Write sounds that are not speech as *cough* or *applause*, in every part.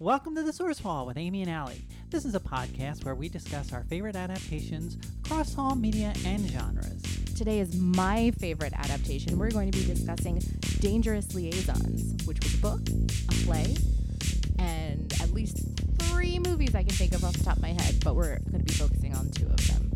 Welcome to The Source Hall with Amy and Allie. This is a podcast where we discuss our favorite adaptations across all media and genres. Today is my favorite adaptation. We're going to be discussing Dangerous Liaisons, which was a book, a play, and at least three movies I can think of off the top of my head, but we're going to be focusing on two of them.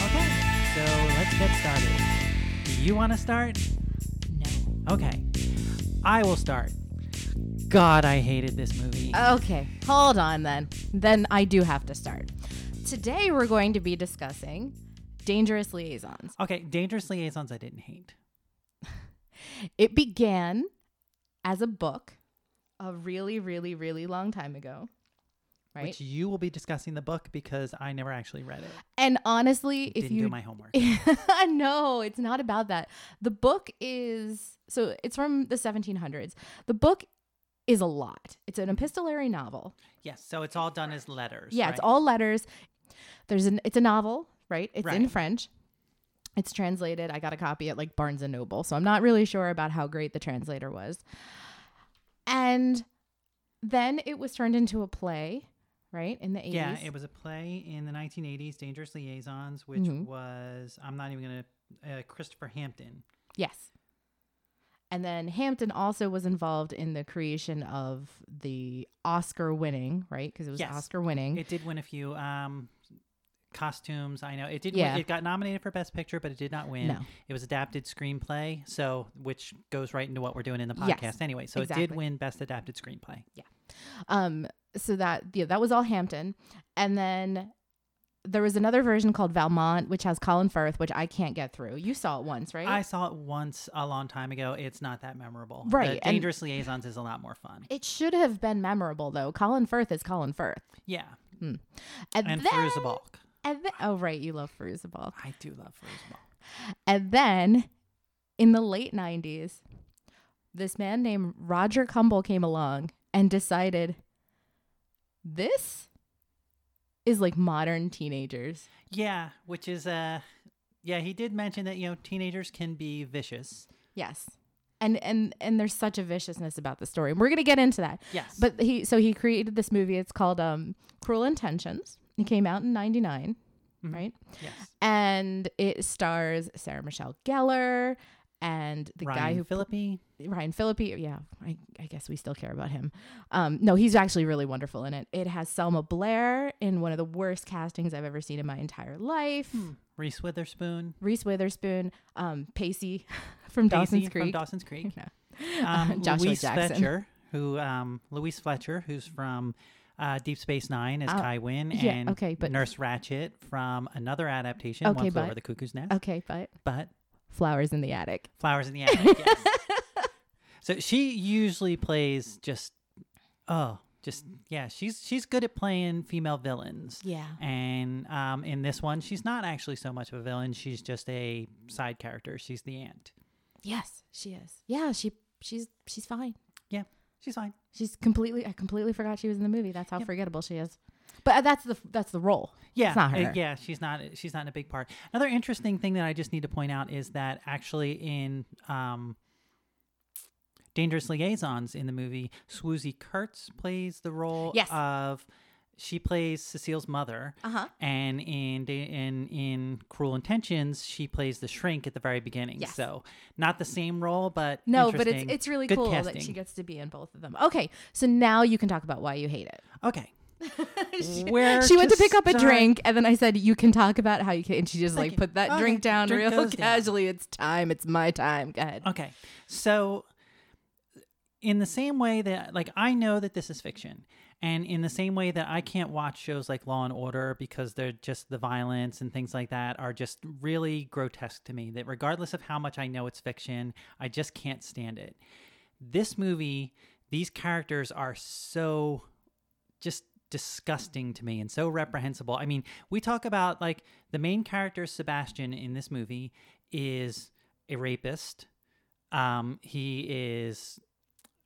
Okay, so let's get started. Do you want to start? No. Okay, I will start. God, I hated this movie. Okay, hold on then. Then I do have to start. Today we're going to be discussing Dangerous Liaisons. okay, Dangerous Liaisons I didn't hate. It began as a book a really, really, really long time ago, right? Which you will be discussing the book because I never actually read it. and honestly, if didn't you do my homework. *laughs* no, it's not about that. The book is so it's from the 1700s. The book is a lot. It's an epistolary novel. yes, so it's all done as letters. Yeah, it's right? all letters. There's an it's a novel, right? It's in Right. French. It's translated. I got a copy at like Barnes and Noble, so I'm not really sure about how great the translator was. And then it was turned into a play, right? In the 80s. Yeah, it was a play in the 1980s, Dangerous Liaisons, which Mhm. was, I'm not even going to, uh, Christopher Hampton. Yes. And then Hampton also was involved in the creation of the Oscar winning, right? Because it was Yes. Oscar winning. It did win a few um, costumes. I know it did. Yeah. not It got nominated for Best Picture, but it did not win. No. It was adapted screenplay, so which goes right into what we're doing in the podcast Yes, anyway. So it did exactly. win Best Adapted Screenplay. Um, so that yeah, that was all Hampton. And then there was another version called Valmont, which has Colin Firth, which I can't get through. You saw it once, right? I saw it once a long time ago. It's not that memorable. The Right, and- Dangerous Liaisons is a lot more fun. it should have been memorable though. Colin Firth is Colin Firth. Yeah, And, and then, Firuza Balk. And then, oh right, you love Firuza Balk. I do love Firuza Balk. And then in the late 90s, this man named Roger Cumble came along and decided this is like modern teenagers. Yeah, which is uh yeah, he did mention that you know teenagers can be vicious. Yes. And and and there's such a viciousness about the story. And we're going to get into that. Yes. But he so he created this movie. It's called um Cruel Intentions. It came out in 99, Mhm. right? yes. And it stars Sarah Michelle Gellar and the Ryan guy who Phillippe. Ryan Phillippe. Yeah, I, I guess we still care about him. Um, no, he's actually really wonderful in it. It has Selma Blair in one of the worst castings I've ever seen in my entire life. Reese Witherspoon. Reese Witherspoon, um, Pacey *laughs* from Dawson's Pacey Creek. From Dawson's Creek. *laughs* No. Um, *laughs* Joshua Louise Jackson. Fletcher, who um, Louise Fletcher, who's from uh, Deep Space Nine as Uh, Kai Wynn, yeah, and okay, but- Nurse Ratchet from another adaptation, Okay, One Flew but- Over the Cuckoo's Nest. okay, but But Flowers in the Attic. Flowers in the Attic. yes. So she usually plays just oh, just yeah. She's she's good at playing female villains. Yeah. And um, in this one, she's not actually so much of a villain. She's just a side character. She's the aunt. Yes, she is. Yeah, she she's she's fine. Yeah, she's fine. She's completely. I completely forgot she was in the movie. That's how forgettable she is. But uh, that's the that's the role. Yeah, It's not uh, her. yeah, she's not. She's not in a big part. Another interesting thing that I just need to point out is that actually in um, Dangerous Liaisons in the movie, Swoozie Kurtz plays the role Yes. of. She plays Cecile's mother, Uh huh. and in Da- in in Cruel Intentions, she plays the shrink at the very beginning. Yes. So not the same role, but No, but it's interesting. it's really Good cool casting. that she gets to be in both of them. Okay, so now you can talk about why you hate it. Okay. *laughs* she, Where she went to to pick up a start? drink, and then I said, "You can talk about how you can." And she just Like, like put that okay, drink down drink real goes down. casually. It's time. It's my time. Go ahead. Okay. So in the same way that like I know that this is fiction And in the same way that I can't watch shows like Law and Order because they're just the violence and things like that are just really grotesque to me, that regardless of how much I know it's fiction, I just can't stand it. This movie, these characters are so just disgusting to me and so reprehensible. I mean, we talk about like the main character, Sebastian, in this movie is a rapist. Um, he is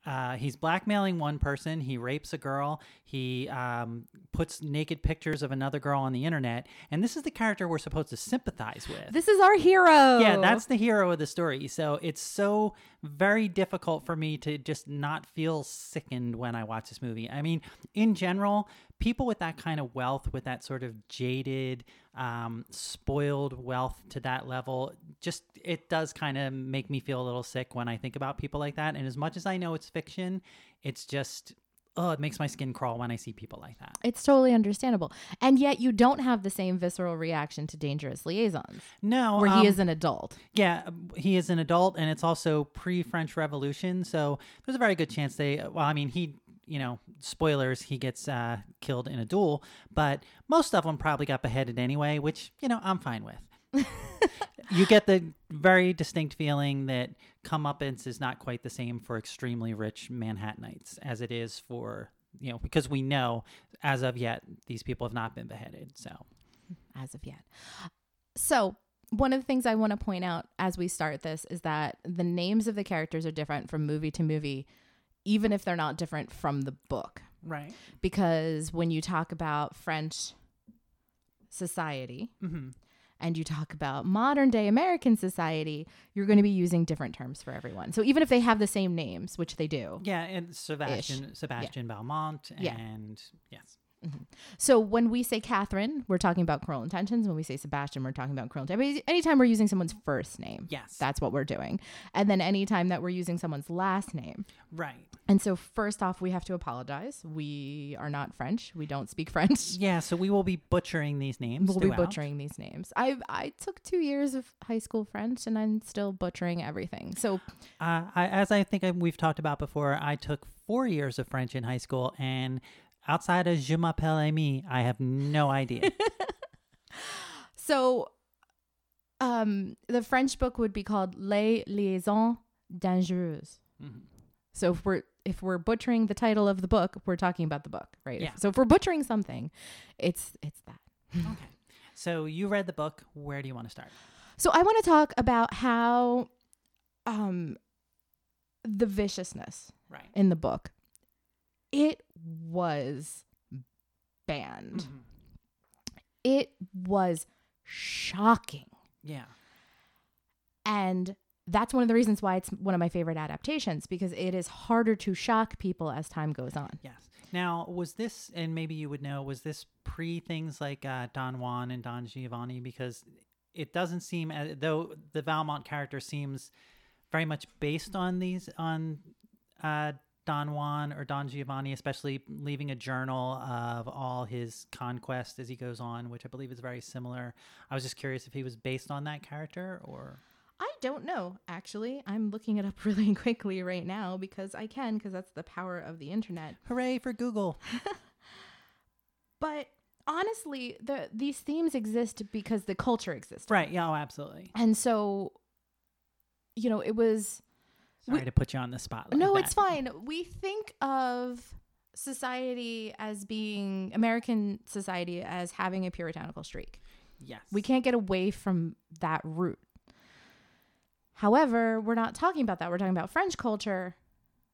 uh, he's blackmailing one person. He rapes a girl. He um, puts naked pictures of another girl on the internet. And this is the character we're supposed to sympathize with. This is our hero. yeah, that's the hero of the story. So it's so very difficult for me to just not feel sickened when I watch this movie. I mean, in general, people with that kind of wealth, with that sort of jaded, um, spoiled wealth to that level, just it does kind of make me feel a little sick when I think about people like that. And as much as I know it's fiction, it's just. Oh, it makes my skin crawl when I see people like that. It's totally understandable. And yet you don't have the same visceral reaction to dangerous liaisons No, where um, he is an adult. Yeah, um, he is an adult, and it's also pre-French Revolution, so there's a very good chance they. Well, I mean, he, you know, spoilers, he gets uh, killed in a duel, but most of them probably got beheaded anyway, which you know I'm fine with. you get the very distinct feeling that comeuppance is not quite the same for extremely rich Manhattanites as it is for you know because we know as of yet these people have not been beheaded. So as of yet. So, one of the things I want to point out as we start this is that the names of the characters are different from movie to movie, even if they're not different from the book. right, Because when you talk about French society hmm and you talk about modern day American society, you're going to be using different terms for everyone. So, even if they have the same names, which they do. yeah, and Sebastian Sebastian Belmont Yeah. and yes. So, when we say Catherine, we're talking about cruel intentions. When we say Sebastian, we're talking about cruel intentions. Anytime we're using someone's first name. Yes. That's what we're doing. And then anytime that we're using someone's last name. right. And so, first off, we have to apologize. We are not French. We don't speak *laughs* French. Yeah, so we will be butchering these names. We'll be throughout. butchering these names. I I took two years of high school French, and I'm still butchering everything. So Uh, I, as I think I, we've talked about before, I took four years of French in high school, and outside of Je m'appelle Amy, I have no *laughs* idea. so, um, the French book would be called Les Liaisons Dangereuses. Mhm. So if we're if we're butchering the title of the book, we're talking about the book, right? Yeah. So if we're butchering something, it's it's that. so you read the book. Where do you want to start? So I want to talk about how um the viciousness Right. in the book it was banned. Mhm. It was shocking. Yeah. And that's one of the reasons why it's one of my favorite adaptations because it is harder to shock people as time goes on. Yes. Now, was this, and maybe you would know, was this pre things like uh, Don Juan and Don Giovanni? Because it doesn't seem, as, though the Valmont character seems very much based on these, on uh, Don Juan or Don Giovanni, especially leaving a journal of all his conquests as he goes on, which I believe is very similar. I was just curious if he was based on that character or. I don't know, actually. I'm looking it up *laughs* really quickly right now because I can, because that's the power of the internet. Hooray for Google. But honestly, the these themes exist because the culture exists. Right. Yeah, oh, absolutely. And so, you know, it was Sorry We- to put you on the spot. like no, that. it's fine. We think of society as being American society as having a puritanical streak. Yes. We can't get away from that root. However, we're not talking about that. We're talking about French culture,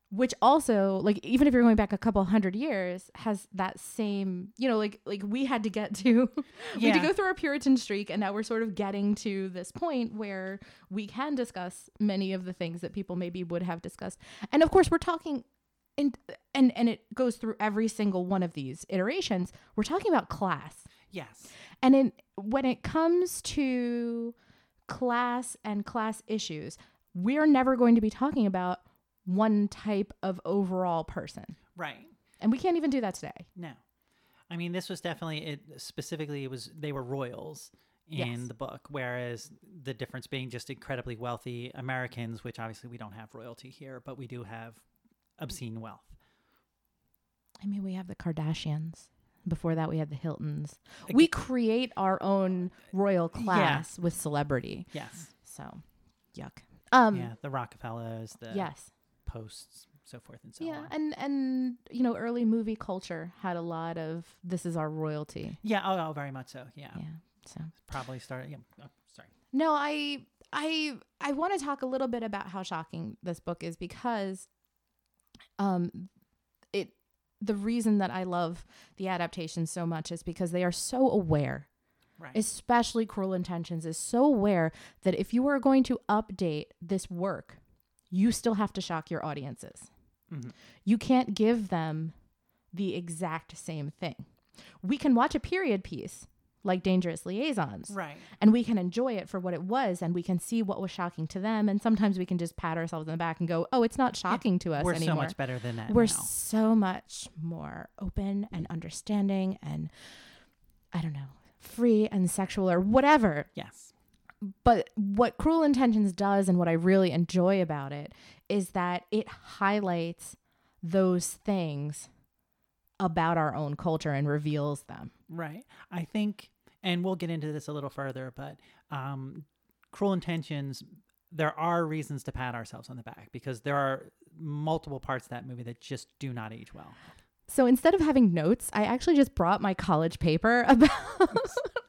which also, like, even if you're going back a couple hundred years, has that same, you know, like, like we had to get to, *laughs* we had Yeah. to go through our Puritan streak, and now we're sort of getting to this point where we can discuss many of the things that people maybe would have discussed. And of course, we're talking. And, and and it goes through every single one of these iterations. We're talking about class. Yes. And in, when it comes to class and class issues, we're never going to be talking about one type of overall person. Right. And we can't even do that today. No. I mean, this was definitely it. Specifically, it was they were royals in Yes. the book, whereas the difference being just incredibly wealthy Americans, which obviously we don't have royalty here, but we do have obscene wealth. I mean, we have the Kardashians. Before that, we had the Hiltons. We create our own royal class with celebrity. Yes. So, yuck. Um, yeah. The Rockefellers, the Yes. Posts, so forth and so yeah, on. and and you know, early movie culture had a lot of this is our royalty. Yeah. Oh, oh, very much so. Yeah. Yeah. So Probably started. Yeah. Oh, sorry. no, I I I want to talk a little bit about how shocking this book is because, um, it the reason that I love the adaptation so much is because they are so aware Right. especially Cruel Intentions, is so aware that if you are going to update this work, you still have to shock your audiences. Mhm. You can't give them the exact same thing. We can watch a period piece like Dangerous Liaisons. right. And we can enjoy it for what it was, and we can see what was shocking to them. And sometimes we can just pat ourselves in the back and go, "Oh, it's not shocking to us We're anymore." so much better than that. we're now. so much more open and understanding and i don't know free and sexual or whatever yes. but what cruel intentions does and what i really enjoy about it is that it highlights those things about our own culture and reveals them Right. I think, and we'll get into this a little further, but um, cruel intentions. There are reasons to pat ourselves on the back because there are multiple parts of that movie that just do not age well. so instead of having notes i actually just brought my college paper *laughs* about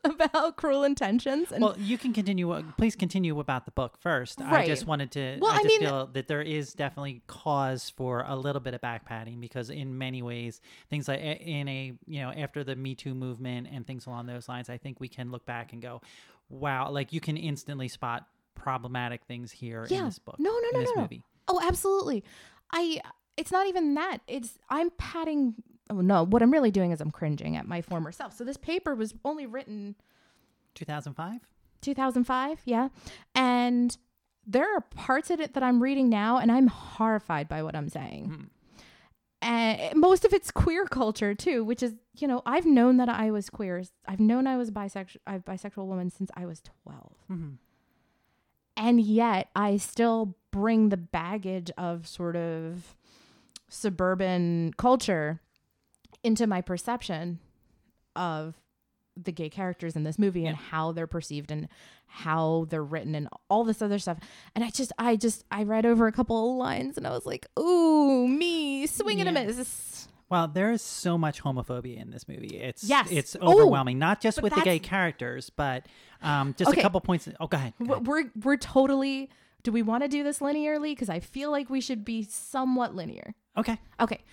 about cruel intentions and well, you can continue. uh, Please continue about the book first. I Right. just wanted to. Well, I I just mean- feel that there is definitely cause for a little bit of back patting because, in many ways, things like a- in a you know after the Me Too movement and things along those lines, I think we can look back and go, wow, like you can instantly spot problematic things here in Yeah. this book. No, no, in no, this no, no. movie. Oh, absolutely. I it's not even that. It's I'm patting oh no, what I'm really doing is I'm cringing at my former self. So this paper was only written 2005. 2005, yeah. And there are parts in it that I'm reading now and I'm horrified by what I'm saying. Hmm. And eh, most of it's queer culture too, which is, you know, I've known that I was queer. I've known I was bisexual I've bisexual woman since I was 12 Mhm. and yet I still bring the baggage of sort of suburban culture into my perception of the gay characters in this movie and how they're perceived and how they're written and all this other stuff. And I just, I just, I read over a couple of lines and I was like, ooh, me, swing and a Yeah. miss. Wow, there is so much homophobia in this movie. It's Yes. it's Oh, overwhelming. Not just but with the gay that's- characters, but um, just a Okay. couple points. Oh, go ahead. go We're, ahead. we're, we're totally, do we want to do this linearly? Because I feel like we should be somewhat linear. Okay. Okay.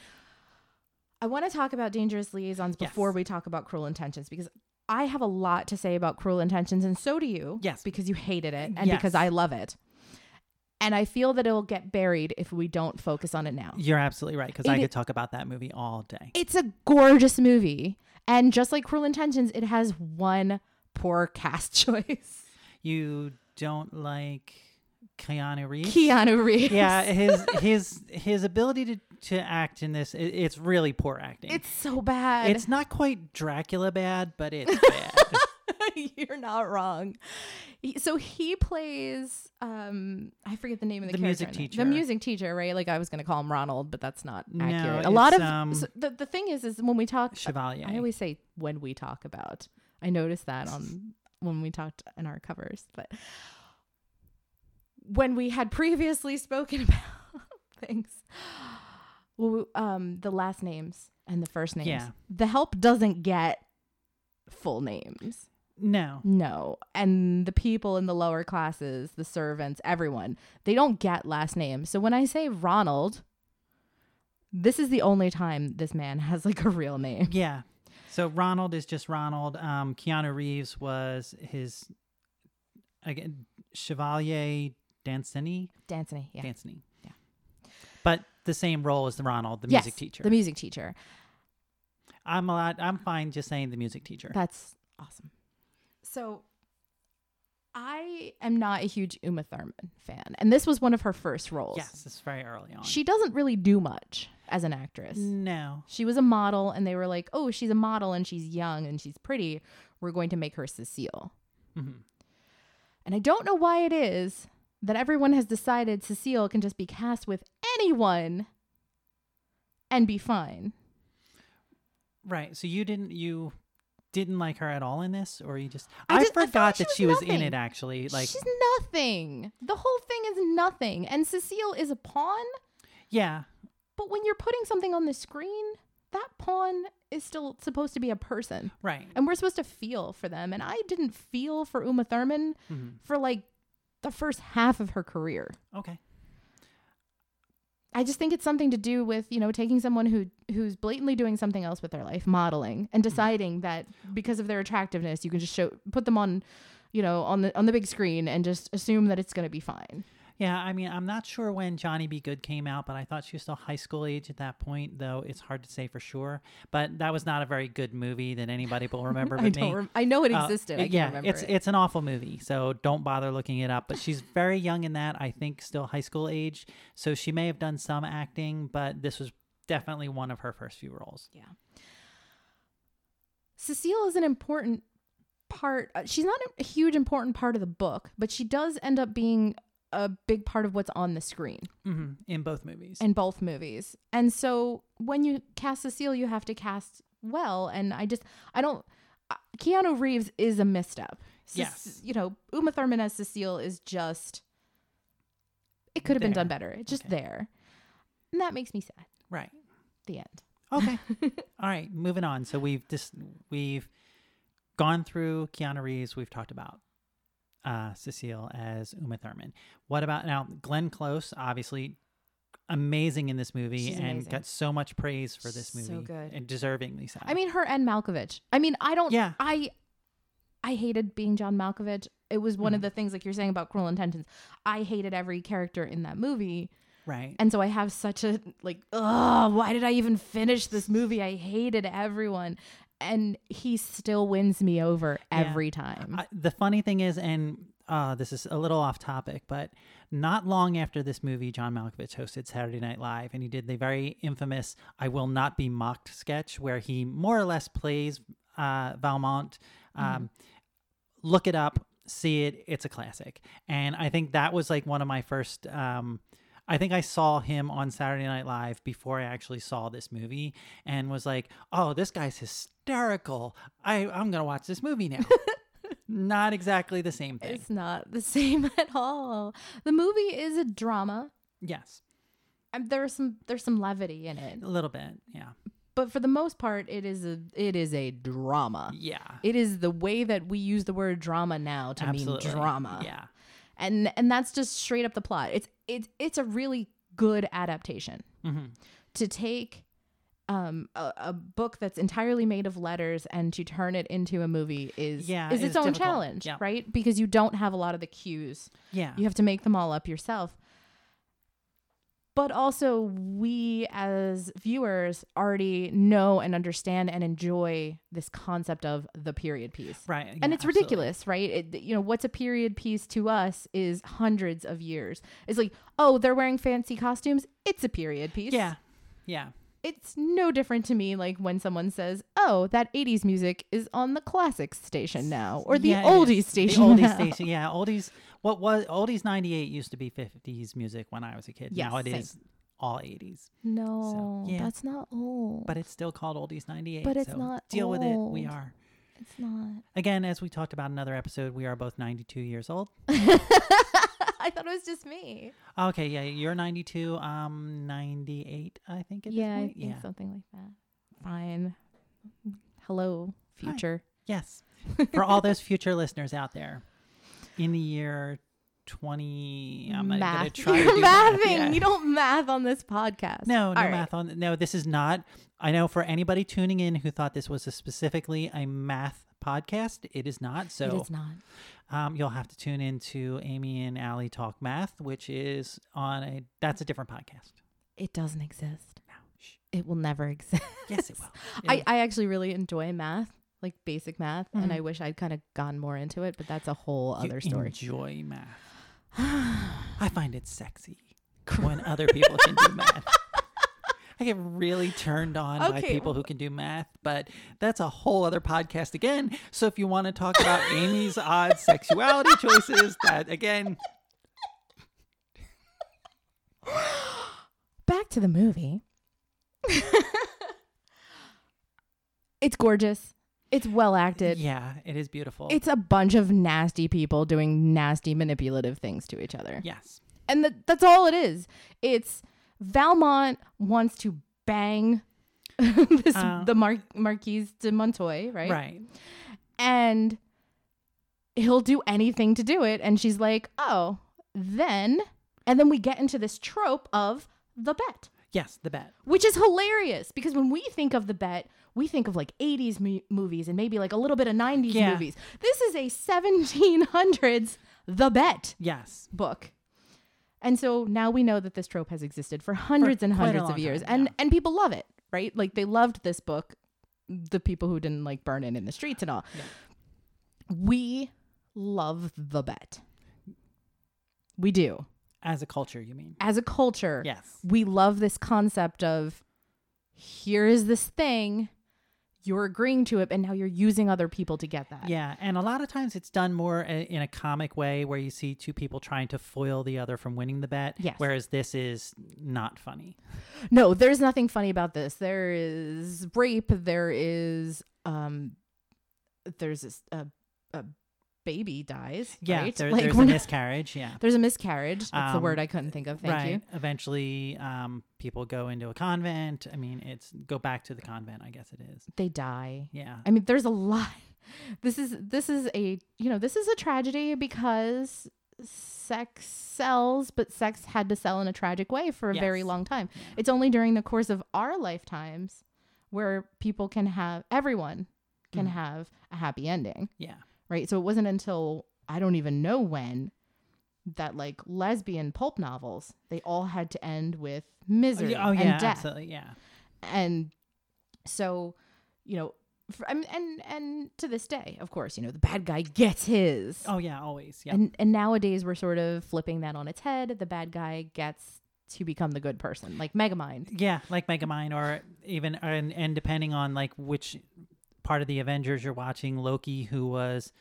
I want to talk about dangerous liaisons Yes. before we talk about cruel intentions because I have a lot to say about cruel intentions, and so do you. Yes. Because you hated it and Yes. because I love it. And I feel that it'll get buried if we don't focus on it now. You're absolutely right because It I i- could talk about that movie all day. It's a gorgeous movie. And just like Cruel Intentions, it has one poor cast *laughs* choice You don't like Keanu Reeves? Keanu Reeves. yeah, his *laughs* his his ability to to act in this i it's really poor acting. It's so bad. it's not quite Dracula bad, but *laughs* it's bad. You're not wrong. He- So he plays um I forget the name of the, The character music in it. teacher. The music teacher, right? Like I was going to call him Ronald, but that's not No, accurate. A it's, lot of um, so the the thing is is when we talk Chevalier. I always say when we talk about. I noticed that on when we talked in our covers, but when we had previously spoken *laughs* about things well um the last names and the first names. Yeah. The help doesn't get full names. no. No. And the people in the lower classes, the servants, everyone, they don't get last names. So when I say Ronald, this is the only time this man *laughs* has like a real name. Yeah. So Ronald is just Ronald. Um, Keanu Reeves was his again Chevalier Danceny. Danceny. Yeah. Danceny. Yeah. But the same role as the Ronald, the Yes, music teacher. The music teacher. I'm a lot. I'm fine just saying the music teacher. That's awesome. So I am not a huge Uma Thurman fan. And this was one of her first roles. Yes, it's very early on. She doesn't really do much as an actress. no. She was a model, and they were like, oh, she's a model and she's young and she's pretty. We're going to make her Cecile. Mhm. And I don't know why it is that everyone has decided Cecile can just be cast with anyone and be fine. Right. So you didn't you didn't like her at all in this, or you just I I, just- I felt forgot like she that was she was in nothing. it actually. Like She's nothing. The whole thing is nothing. And Cecile is a pawn, yeah, but when you're putting something on the screen, that pawn is still supposed to be a person. right. And we're supposed to feel for them. And I didn't feel for Uma Thurman Mhm. for like the first half of her career. Okay. I just think it's something to do with you know taking someone who who's blatantly doing something else with their life, modeling, Mm-hmm. and deciding that because of their attractiveness, you can just show put them on, you know, on the on the big screen and just assume that it's going to be fine. Yeah, I mean, I'm not sure when Johnny B. Good came out, but I thought she was still high school age at that point, though it's hard to say for sure. But that was not a very good movie that anybody *laughs* will remember but I don't. me. Rem- I know it Uh, existed. I it- can't yeah, remember it's it. it's an awful movie, so don't bother looking it up. But she's very young in that, I think, still high school age, so she may have done some acting, but this was definitely one of her first few roles. Yeah. Cecile is an important part. uh, She's not a huge important part of the book, but she does end up being a big part of what's on the screen. hmm Mm-hmm. in both movies. in both movies. And so when you cast Cecile, you have to cast well. And I just, I don't, uh, Keanu Reeves is a misstep. Ce- Yes. You know, Uma Thurman as Cecile is just, it could have been There. done better. It's just Okay. there. And that makes me sad. right. The end. *laughs* Okay. All right. Moving on. So we've just we've gone through Keanu Reeves. We've talked about uh, Cecile as Uma Thurman. What about now Glenn Close? Obviously, amazing in this movie She's and amazing. got so much praise for this So movie. good. and deservingly so. I mean, her and Malkovich. I mean, I don't, Oh. Yeah. I, I hated being John Malkovich. It was one of Mm-hmm. the things, like you're saying about Cruel Intentions. I hated every character in that movie. right. And so I have such a like, oh, why did I even finish this movie? I hated everyone. And he still wins me over Yeah. every time. I, the funny thing is, and uh, this is a little off topic, but not long after this movie, John Malkovich hosted Saturday Night Live, and he did the very infamous "I Will Not Be Mocked" sketch, where he more or less plays uh, Valmont. Um, Look it up, see it; it's a classic. And I think that was like one of my first. Um, I think I saw him on Saturday Night Live before I actually saw this movie, and was like, "Oh, this guy's hysterical! I I'm gonna watch this movie *laughs* now." not exactly the same thing. it's not the *laughs* same at all. The movie is a drama. yes, And there's some there's some levity in it. a little bit. Yeah, But for the most part, it is a it is a drama. yeah, Uh, It is the way that we use the word drama now to absolutely. mean drama. Yeah, and and that's just straight up the plot. It's it's it's a really good adaptation Mm-hmm. to take um a, a book that's entirely made of letters and to turn it into a movie is Yeah, is it its, is own difficult. challenge, Yeah. right? Because you don't have a lot of the cues. yeah, You have to make them all up yourself. But also we as viewers already know and understand and enjoy this concept of the period piece right. yeah, and it's absolutely. ridiculous, right? It, you know, what's a period piece to us is hundreds of years. It's like, oh, they're wearing fancy costumes. It's a period piece. Yeah, yeah, It's no different to me like when someone says, oh, that 80s music is on the classics station now Oh, or the Yeah, it oldies is. station. *laughs* The oldies now. station. Yeah, oldies. What was oldies '98 used to be '50s music when I was a kid. Yes, now it is same. all '80s, No, yeah. that's not old. but it's still called oldies '98. But it's so not Deal with it. We old. are. it's not. *laughs* Again, as we talked about in another episode, we are both 92 years old. I thought it was just me. Okay, yeah, you're 92. I'm 98, I think. At this yeah, I point. think something like that. Fine. Hello, future. Yes. For all those future listeners out there, in the year 20, I'm not even going math. to try to *laughs* You're do mathing. math. Yeah. You don't math on this podcast. No, no All right. math on. No, this is not. I know for anybody tuning in who thought this was a specifically a math podcast, it is not. So It is not. Um, you'll have to tune in to Amy and Allie talk math, which is on a. That's a different podcast. It doesn't exist. No, shh. It will never *laughs* exist. Yes, it will. I, It'll- I actually really enjoy math, like basic math, and Mhm. I wish I'd kind of gone more into it, but that's a whole you other story. Enjoy math. *sighs* I find it sexy when other people can do *laughs* math. I get really turned on by Okay. people who can do math, but that's a whole other podcast again. So if you want to talk *laughs* about Amy's odd sexuality choices, that again, Back to the movie. *laughs* It's gorgeous. It's well acted. yeah, it is beautiful. It's a bunch of nasty people doing nasty manipulative things to each other. yes. And that that's all it is. It's Valmont wants to bang *laughs* this, Uh, the Mar- Marquise de Montoy, right? Right. And he'll do anything to do it. And she's like, oh, then. And then we get into this trope of the bet Yes, the bet. which is hilarious because when we think of the bet we think of like 80s mu- movies and maybe like a little bit of 90s Yeah. movies this is a 1700s the bet Yes. book and so now we know that this trope has existed for hundreds and quite a hundreds long of years time, and yeah. and people love it right like they loved this book the people who didn't like burn it in the streets and all we love the bet we do As a culture, you mean? as a culture Yes. we love this concept of here is this thing you're agreeing to it and now you're using other people to get that Yeah, and a lot of times it's done more i- in a comic way where you see two people trying to foil the other from winning the bet. Yes. Whereas this is not funny. no there's nothing funny about this there is rape there is um there's this a, a baby dies Yeah, right? there- Like, there's we're a not- miscarriage. Yeah. *laughs* there's a miscarriage that's the Um, word i couldn't think of thank right. you Eventually, um, people go into a convent. I mean, it's go back to the convent. I guess it is. they die Yeah. I mean, there's a lot. *laughs* This is this is a you know this is a tragedy because sex sells, but sex had to sell in a tragic way for a very Yes. long time. It's only during the course of our lifetimes where people can have everyone can Mhm. have a happy ending, Yeah. Oh, right? So it wasn't until I don't even know when that like lesbian pulp novels they all had to end with misery Oh, and yeah. death Absolutely. Yeah. and so you know for, I mean, and and to this day of course you know the bad guy gets his Oh, yeah. Always. Yeah. and and nowadays we're sort of flipping that on its head the bad guy gets to become the good person like megamind Yeah, like Megamind, or even and and depending on like which part of the Avengers you're watching, Loki, who was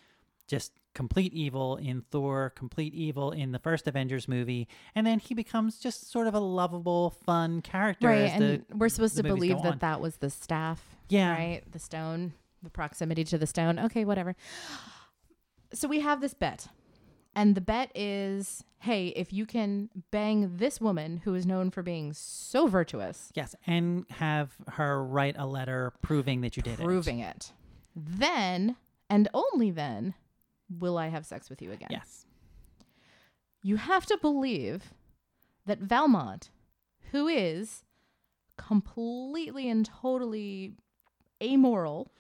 just complete evil in Thor, complete evil in the first Avengers movie, and then he becomes just sort of a lovable, fun character. right as the- and we're supposed the to movies believe go that on. that was the staff yeah, right the stone the proximity to the stone okay whatever so we have this bet and the bet is hey if you can bang this woman who is known for being so virtuous yes, and have her write a letter proving that you did proving it. Then and only then will I have sex with you again. it. Yes, You have to believe that Valmont, who is completely and totally amoral,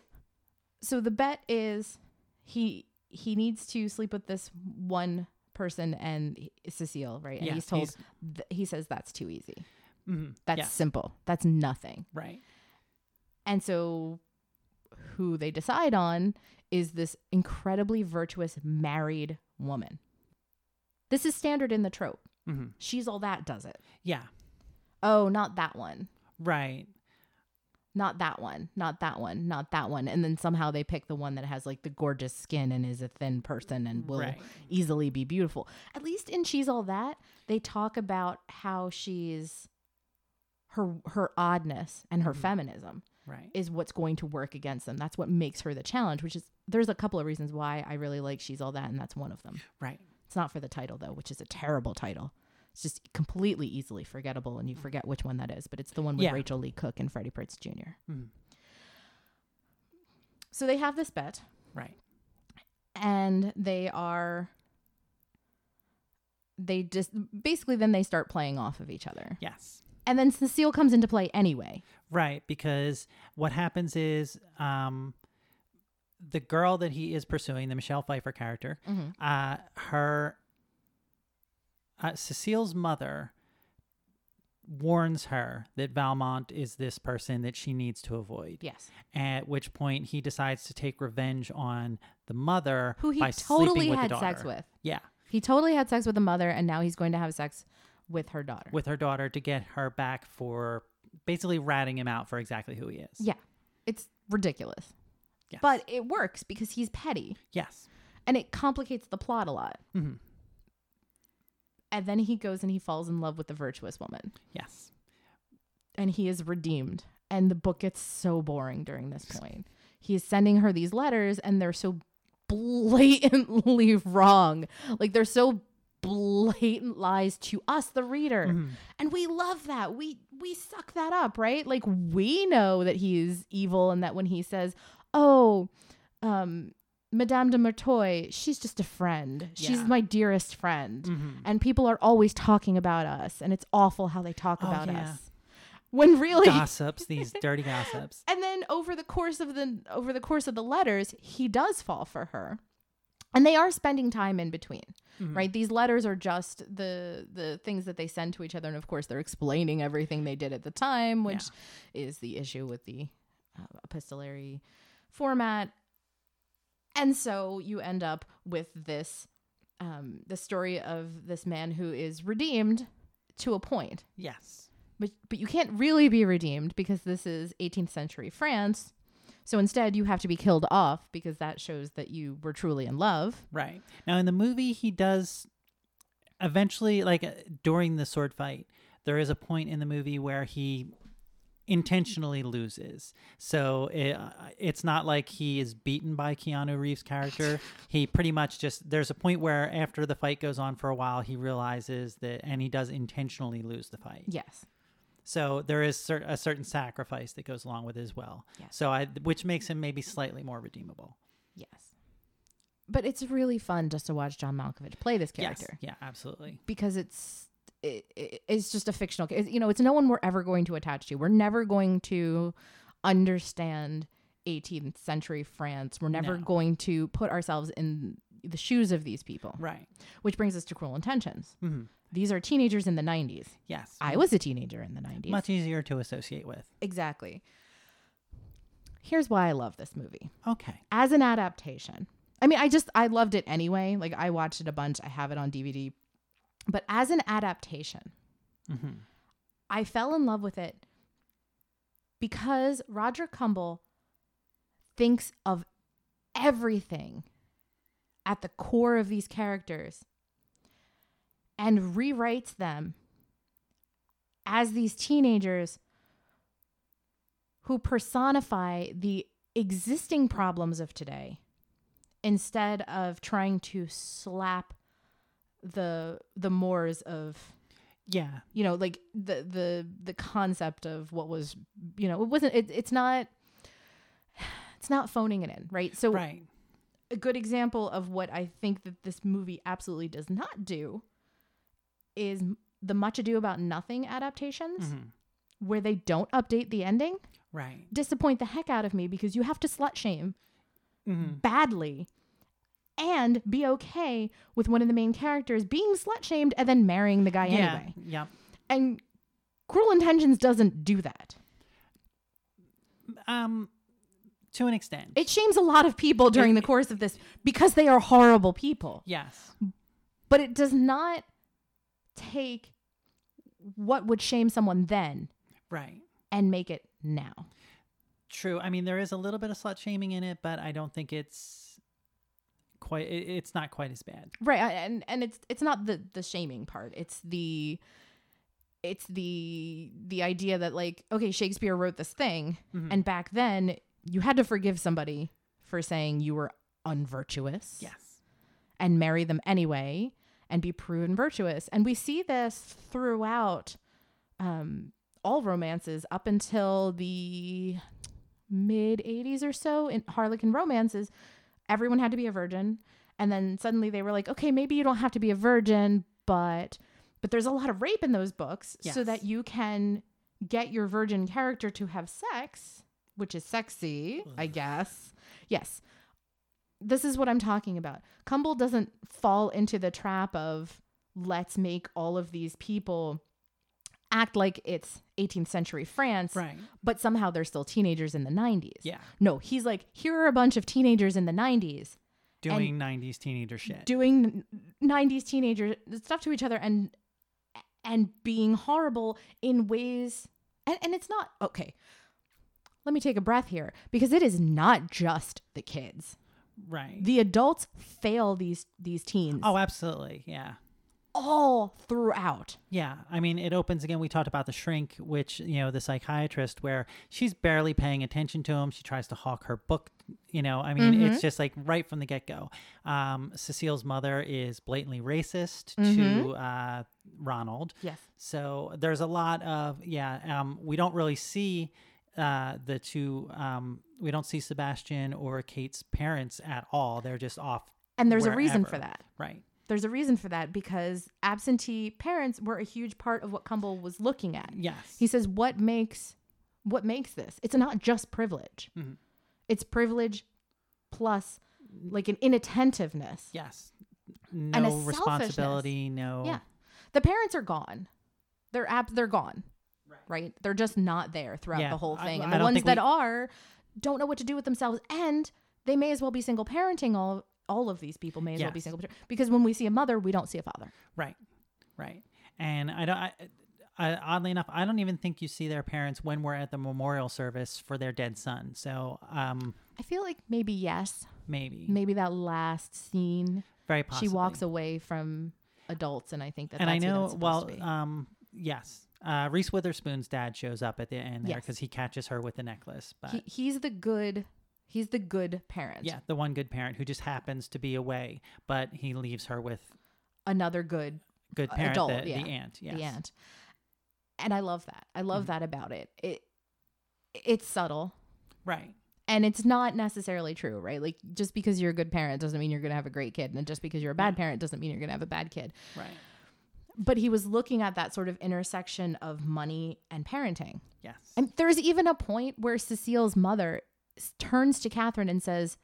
so the bet is he he needs to sleep with this one person and he- Cecile, right? And Yeah, he's told he's- th- he says that's too easy. Mhm. That's Yeah, simple. That's nothing. right. And so who they decide on is this incredibly virtuous married woman. This is standard in the trope. hmm She's all that does it. Yeah, Oh, not that one. right. Not that one. Not that one. Not that one. And then somehow they pick the one that has like the gorgeous skin and is a thin person and will Right. easily be beautiful. At least in She's All That, they talk about how she's her her oddness and her feminism. Right. is what's going to work against them. That's what makes her the challenge, which is there's a couple of reasons why I really like She's All That, and that's one of them. right. It's not for the title, though, which is a terrible title. It's just completely easily forgettable, and you forget which one that is, but it's the one with Mm. Yeah. Rachel Lee Cook and Freddie Prinze Jr. Mhm. So they have this bet, Right. and they are. They just basically then they start playing off of each other. Yes. And then Cecile comes into play anyway. Right, because what happens is um, the girl that he is pursuing, the Michelle Pfeiffer character, Mm-hmm. uh, her uh, Cecile's mother warns her that Valmont is this person that she needs to avoid. Yes. At which point he decides to take revenge on the mother Who he by sleeping totally with the had sex daughter. with. Yeah, He totally had sex with the mother, and now he's going to have sex with her daughter. with her daughter to get her back for basically ratting him out for exactly who he is. yeah, it's ridiculous. Yes. But it works because he's petty, yes. and it complicates the plot a lot. Mhm. And then he goes and he falls in love with the virtuous woman, Yes. and he is redeemed. and the book gets so boring during this point. He's sending her these letters and they're so blatantly *laughs* wrong. Like they're so blatant lies to us the Mm-hmm. reader. And we love that. We we suck that up, right? Like we know that he's evil and that when he says, "Oh, um Madame de Merteuil, she's just a friend. She's Yeah. my dearest friend." Mhm. And people are always talking about us, and it's awful how they talk Oh, about yeah. us. When really Gossips, these dirty gossips. and then over the course of the over the course of the letters, he does fall for her. And they are spending time in between. Right? These letters are just the the things that they send to each other and of course they're explaining everything they did at the time, which is the issue with the uh, epistolary format. And so you end up with this um, the story of this man who is redeemed to a point Yes. but but you can't really be redeemed because this is 18th century France. So instead, you have to be killed off because that shows that you were truly in love. Right. Now in the movie he does eventually like uh, during the sword fight there is a point in the movie where he intentionally loses. So it, it's not like he is beaten by Keanu Reeves' character. He pretty much just there's a point where after the fight goes on for a while he realizes that and he does intentionally lose the fight. Yes. So there is cer- a certain sacrifice that goes along with it as well. Yes. So I which makes him maybe slightly more redeemable. Yes. But it's really fun just to watch John Malkovich play this character Yes. Yeah, absolutely. because it's it, it, it's just a fictional. ca- you know, it's no one we're ever going to attach to. We're never going to understand 18th century France. We're never No. going to put ourselves in the shoes of these people. Right. Which brings us to Cruel Intentions. Mhm. These are teenagers in the 90s. Yes. I was a teenager in the 90s. much easier to associate with. Exactly. Here's why I love this movie Okay. as an adaptation. I mean, I just, I loved it anyway. Like, I watched it a bunch, I have it on DVD. But as an adaptation, Mhm. I fell in love with it because Roger Cumble thinks of everything at the core of these characters and rewrites them as these teenagers who personify the existing problems of today instead of trying to slap the the mores of Yeah. you know like the the the concept of what was you know it wasn't it, it's not it's not phoning it in right so Right. a good example of what i think that this movie absolutely does not do is the much ado about nothing adaptations Mhm. where they don't update the ending Right. disappoint the heck out of me because you have to slut shame Mhm. badly and be okay with one of the main characters being slut shamed and then marrying the guy Yeah. anyway Yep. and cruel intentions doesn't do that Um, to an extent. it shames a lot of people during the course of this because they are horrible people yes. but it does not take what would shame someone then Right. and make it now True. I mean, there is a little bit of slut shaming in it, but I don't think it's quite. It, it's not quite as bad. right I- and and it's it's not the the shaming part it's the it's the the idea that like okay shakespeare wrote this thing Mhm. and back then you had to forgive somebody for saying you were unvirtuous Yes. and marry them anyway and be proven virtuous. And we see this throughout um, all romances up until the mid 80s or so in Harlequin romances. Everyone had to be a virgin. And then suddenly they were like, okay, maybe you don't have to be a virgin, but but there's a lot of rape in those books so Yes. that you can get your virgin character to have sex, which is sexy, I guess. Yes this is what I'm talking about. Cumble doesn't fall into the trap of let's make all of these people act like it's 18th century France, Right. but somehow they're still teenagers in the 90s. Yeah. No, he's like, here are a bunch of teenagers in the 90s Doing '90s teenager shit. doing 90s teenager stuff to each other and and being horrible in ways and, and it's not okay. Let me take a breath here because it is not just the kids right. the adults fail these these teens oh, absolutely. Yeah. all throughout. Yeah, I mean, it opens again. We talked about the shrink, which, you know, the psychiatrist, where she's barely paying attention to him. She tries to hawk her book. You know, I mean, Mm-hmm. it's just like right from the get go. Um, Cecile's mother is blatantly racist to uh, Ronald. Mm-hmm. Yes. So there's a lot of, yeah, um, we don't really see uh, the two, um, we don't see Sebastian or Kate's parents at all. They're just off. And there's a reason for wherever. that. Right. There's a reason for that because absentee parents were a huge part of what Cumble was looking at. Yes. He says, "What makes what makes this? It's not just privilege. Mhm. It's privilege plus like an inattentiveness. Yes. a No responsibility, no. Yeah. The parents are gone. They're ab- they're gone. Right. They're just not there throughout Yeah. the whole I- thing. I and the don't ones think that we- are don't know what to do with themselves and they may as well be single parenting all all of these people may as well be Yes. single parent because when we see a mother, we don't see a father. Right. Right. And I don't. I, I, oddly enough, I don't even think you see their parents when we're at the memorial service for their dead son. So, um, I feel like maybe yes, maybe, maybe that last scene very possibly. she walks away from adults and I think that and I that's who that's know. supposed Well, to be. um, yes. Uh, Reese Witherspoon's dad shows up at the end there Yes. because he catches her with the necklace. But he, he's the good he's the good parent. uh, yeah, the one good parent who just happens to be away, but he leaves her with Another good good Uh, parent, adult, the, yeah. the aunt. Yes. Mm. the aunt. And I love that. I love that about it. It it's subtle Right. and it's not necessarily true, right? Like just because you're a good parent doesn't mean you're going to have a great kid and just because you're a bad parent doesn't mean you're going to have a bad kid. Right. But he was looking at that sort of intersection of money and parenting. Yes. And there's even a point where Cecile's mother s- turns to Catherine and says,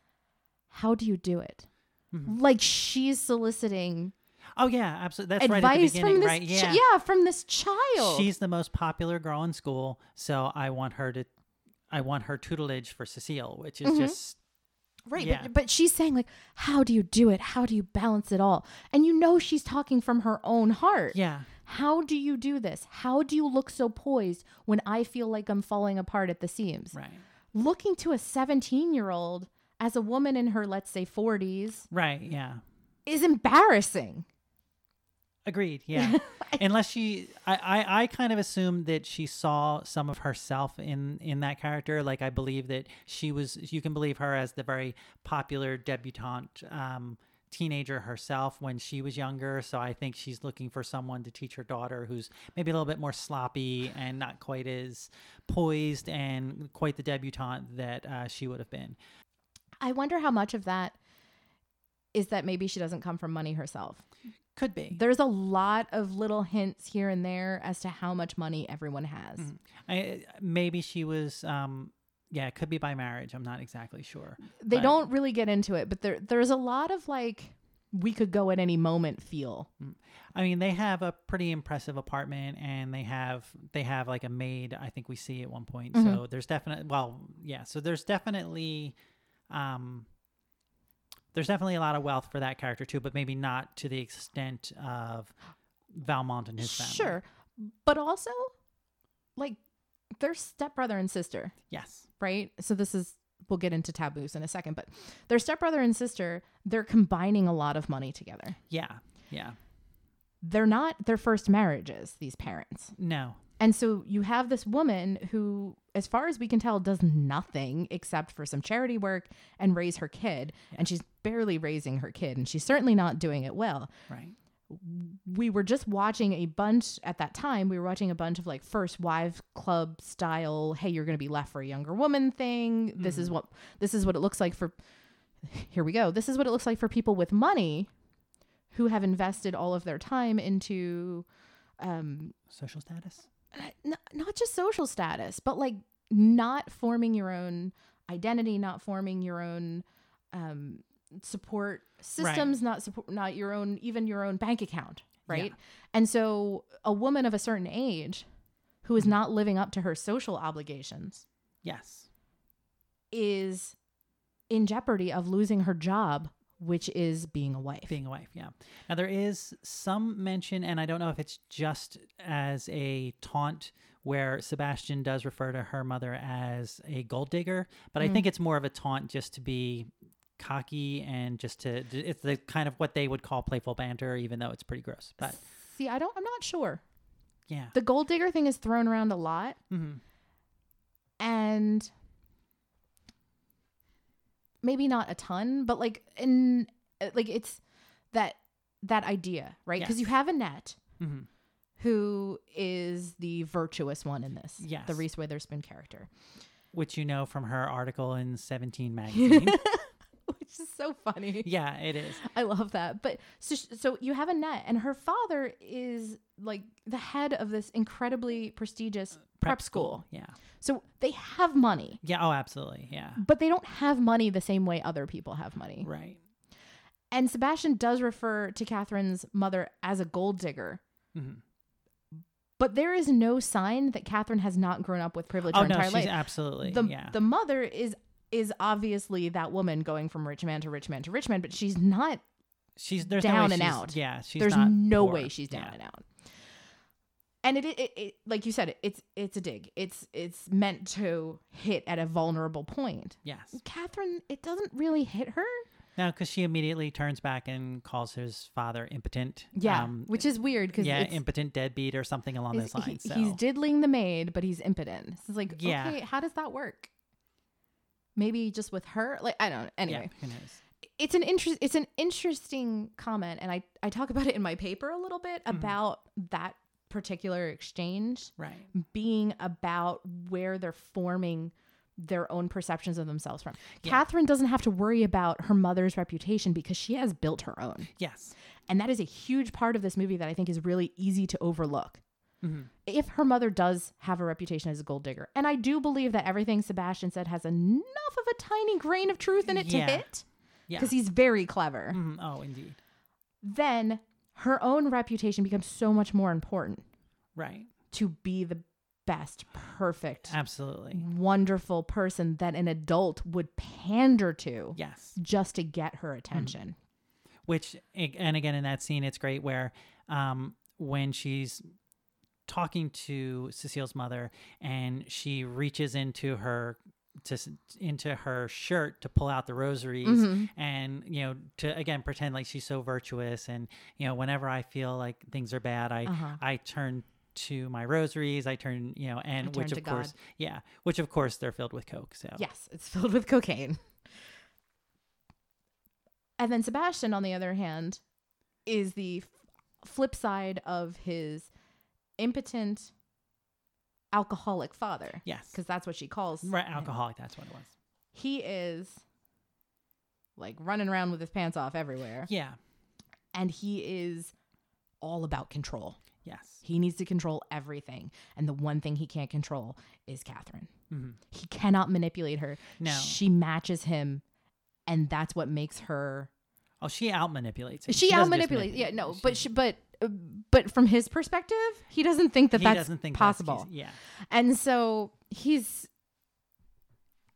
"How do you do it?" Mm-hmm. Like she's soliciting oh yeah, absolutely. That's right at the advice beginning, from this, right? chi- yeah. from this child. She's the most popular girl in school, so I want her to I want her tutelage for Cecile, which Mm-hmm. is just Right, Yeah. but, but she's saying like, how do you do it? How do you balance it all? And you know she's talking from her own heart. yeah. How do you do this? How do you look so poised when I feel like I'm falling apart at the seams? Right. Looking to a 17-year-old as a woman in her let's say 40s Right, yeah. is embarrassing. Agreed, yeah. Unless she I, I I kind of assumed that she saw some of herself in in that character. Like I believe that she was you can believe her as the very popular debutante um teenager herself when she was younger so i think she's looking for someone to teach her daughter who's maybe a little bit more sloppy and not quite as poised and quite the debutante that uh, she would have been I wonder how much of that is that maybe she doesn't come from money herself. could be There's a lot of little hints here and there as to how much money everyone has. I, maybe she was um yeah it could be by marriage i'm not exactly sure they But- don't really get into it, but there there's a lot of like we could go at any moment feel. I mean, they have a pretty impressive apartment, and they have they have like a maid. I think we see at one point. So there's definite. Well, yeah. So there's definitely, um, there's definitely a lot of wealth for that character too, but maybe not to the extent of Valmont and his family. Sure. But also like they're stepbrother and sister, Yes. right? So this is we'll get into taboos in a second, but they're stepbrother and sister, they're combining a lot of money together. Yeah. Yeah. They're not their first marriages, these parents. No. And so you have this woman who, as far as we can tell, does nothing except for some charity work and raise her kid. And she's barely raising her kid, and she's certainly not doing it well. Right. We were just watching a bunch at that time, we were watching a bunch of like first wives club style, hey, you're gonna be left for a younger woman thing. This is what this is what it looks like for here we go. This is what it looks like for people with money who have invested all of their time into um Social status. uh, n- not just social status, but like not forming your own identity, not forming your own um, support systems, not support, not your own, even your own bank account, right? And so, a woman of a certain age who is not living up to her social obligations Yes. is in jeopardy of losing her job, which is being a wife. Being a wife, yeah. Now there is some mention, and I don't know if it's just as a taunt, where Sebastian does Mm. refer to her mother as a gold digger, but I think it's more of a taunt just to be cocky and just to it's the kind of what they would call playful banter, even though it's pretty gross. But See, I don't. I'm not sure. yeah, The gold digger thing is thrown around a lot, hmm and maybe not a ton, but like in like it's that that idea, right? Because Yes. you have Annette, hmm who is the virtuous one in this, Yes. the Reese Witherspoon character, *laughs* which you know from her article in Seventeen *laughs* magazine. *laughs* which is so funny. yeah, it is. I love that. But so, sh- so you have Annette, and her father is like the head of this incredibly prestigious prep, school. Yeah, So they have money, yeah. Oh, absolutely. *laughs* Yeah, but they don't have money the same way other people have money. right. And Sebastian does refer to Catherine's mother as a gold digger. hmm But there is no sign that Catherine has not grown up with privilege Oh her no, entire she's life. absolutely the, yeah. the mother is is obviously that woman going from rich man to rich man to rich man, but she's not she's there's no way down and she's- out. Yeah, she's there's not no poor. way she's down Yeah. and out. And it, it, it, it, like you said, it's it's a dig. It's it's meant to hit at a vulnerable point. Yes. Catherine, it doesn't really hit her. No, because she immediately turns back and calls his father impotent. Yeah, Um, which is weird because yeah, impotent deadbeat or something along those lines. so. he's diddling the maid, but he's impotent. This is like, Yeah. okay, how does that work? Maybe just with her. Like I don't. know. Anyway, Yeah, who knows? it's an interest it's an interesting comment and I, I talk about it in my paper a little Mm-hmm. bit about that particular exchange Right. being about where they're forming their own perceptions of themselves from. Yeah. Catherine doesn't have to worry about her mother's reputation because she has built her own. Yes. And that is a huge part of this movie that I think is really easy to overlook. Mhm. If her mother does have a reputation as a gold digger, and I do believe that everything Sebastian said has enough of a tiny grain of truth in it Yeah. to hit, Yeah. because he's very clever Mhm. Oh, indeed. then her own reputation becomes so much more important Right. to be the best, perfect, Absolutely. Mm-hmm. wonderful person that an adult would pander to Yes. just to get Mm-hmm. her attention. Which, a- and again, in that scene, it's great where um, when she's talking to Cecile's mother and she reaches into her to s- into her shirt to pull out the rosaries Mm-hmm. and you know to again pretend like she's so virtuous and you know whenever i feel like things are bad i Uh-huh. i turn to my rosaries i turn you know and turn which to of course yeah which of course they're filled with coke so Yes, it's *laughs* filled with cocaine. And then Sebastian, on the other hand, is the f- flip side of his impotent alcoholic father, yes because that's what she calls right him. alcoholic that's what it was he is like running around with his pants off everywhere yeah and he is all about control yes he needs to control everything and the one thing he can't control is catherine Mhm. he cannot manipulate her No. she matches him and that's what makes her oh she out manipulates she, out manipulates yeah no but she, but but from his perspective he doesn't think that he that's doesn't think that's possible easy. yeah and so he's.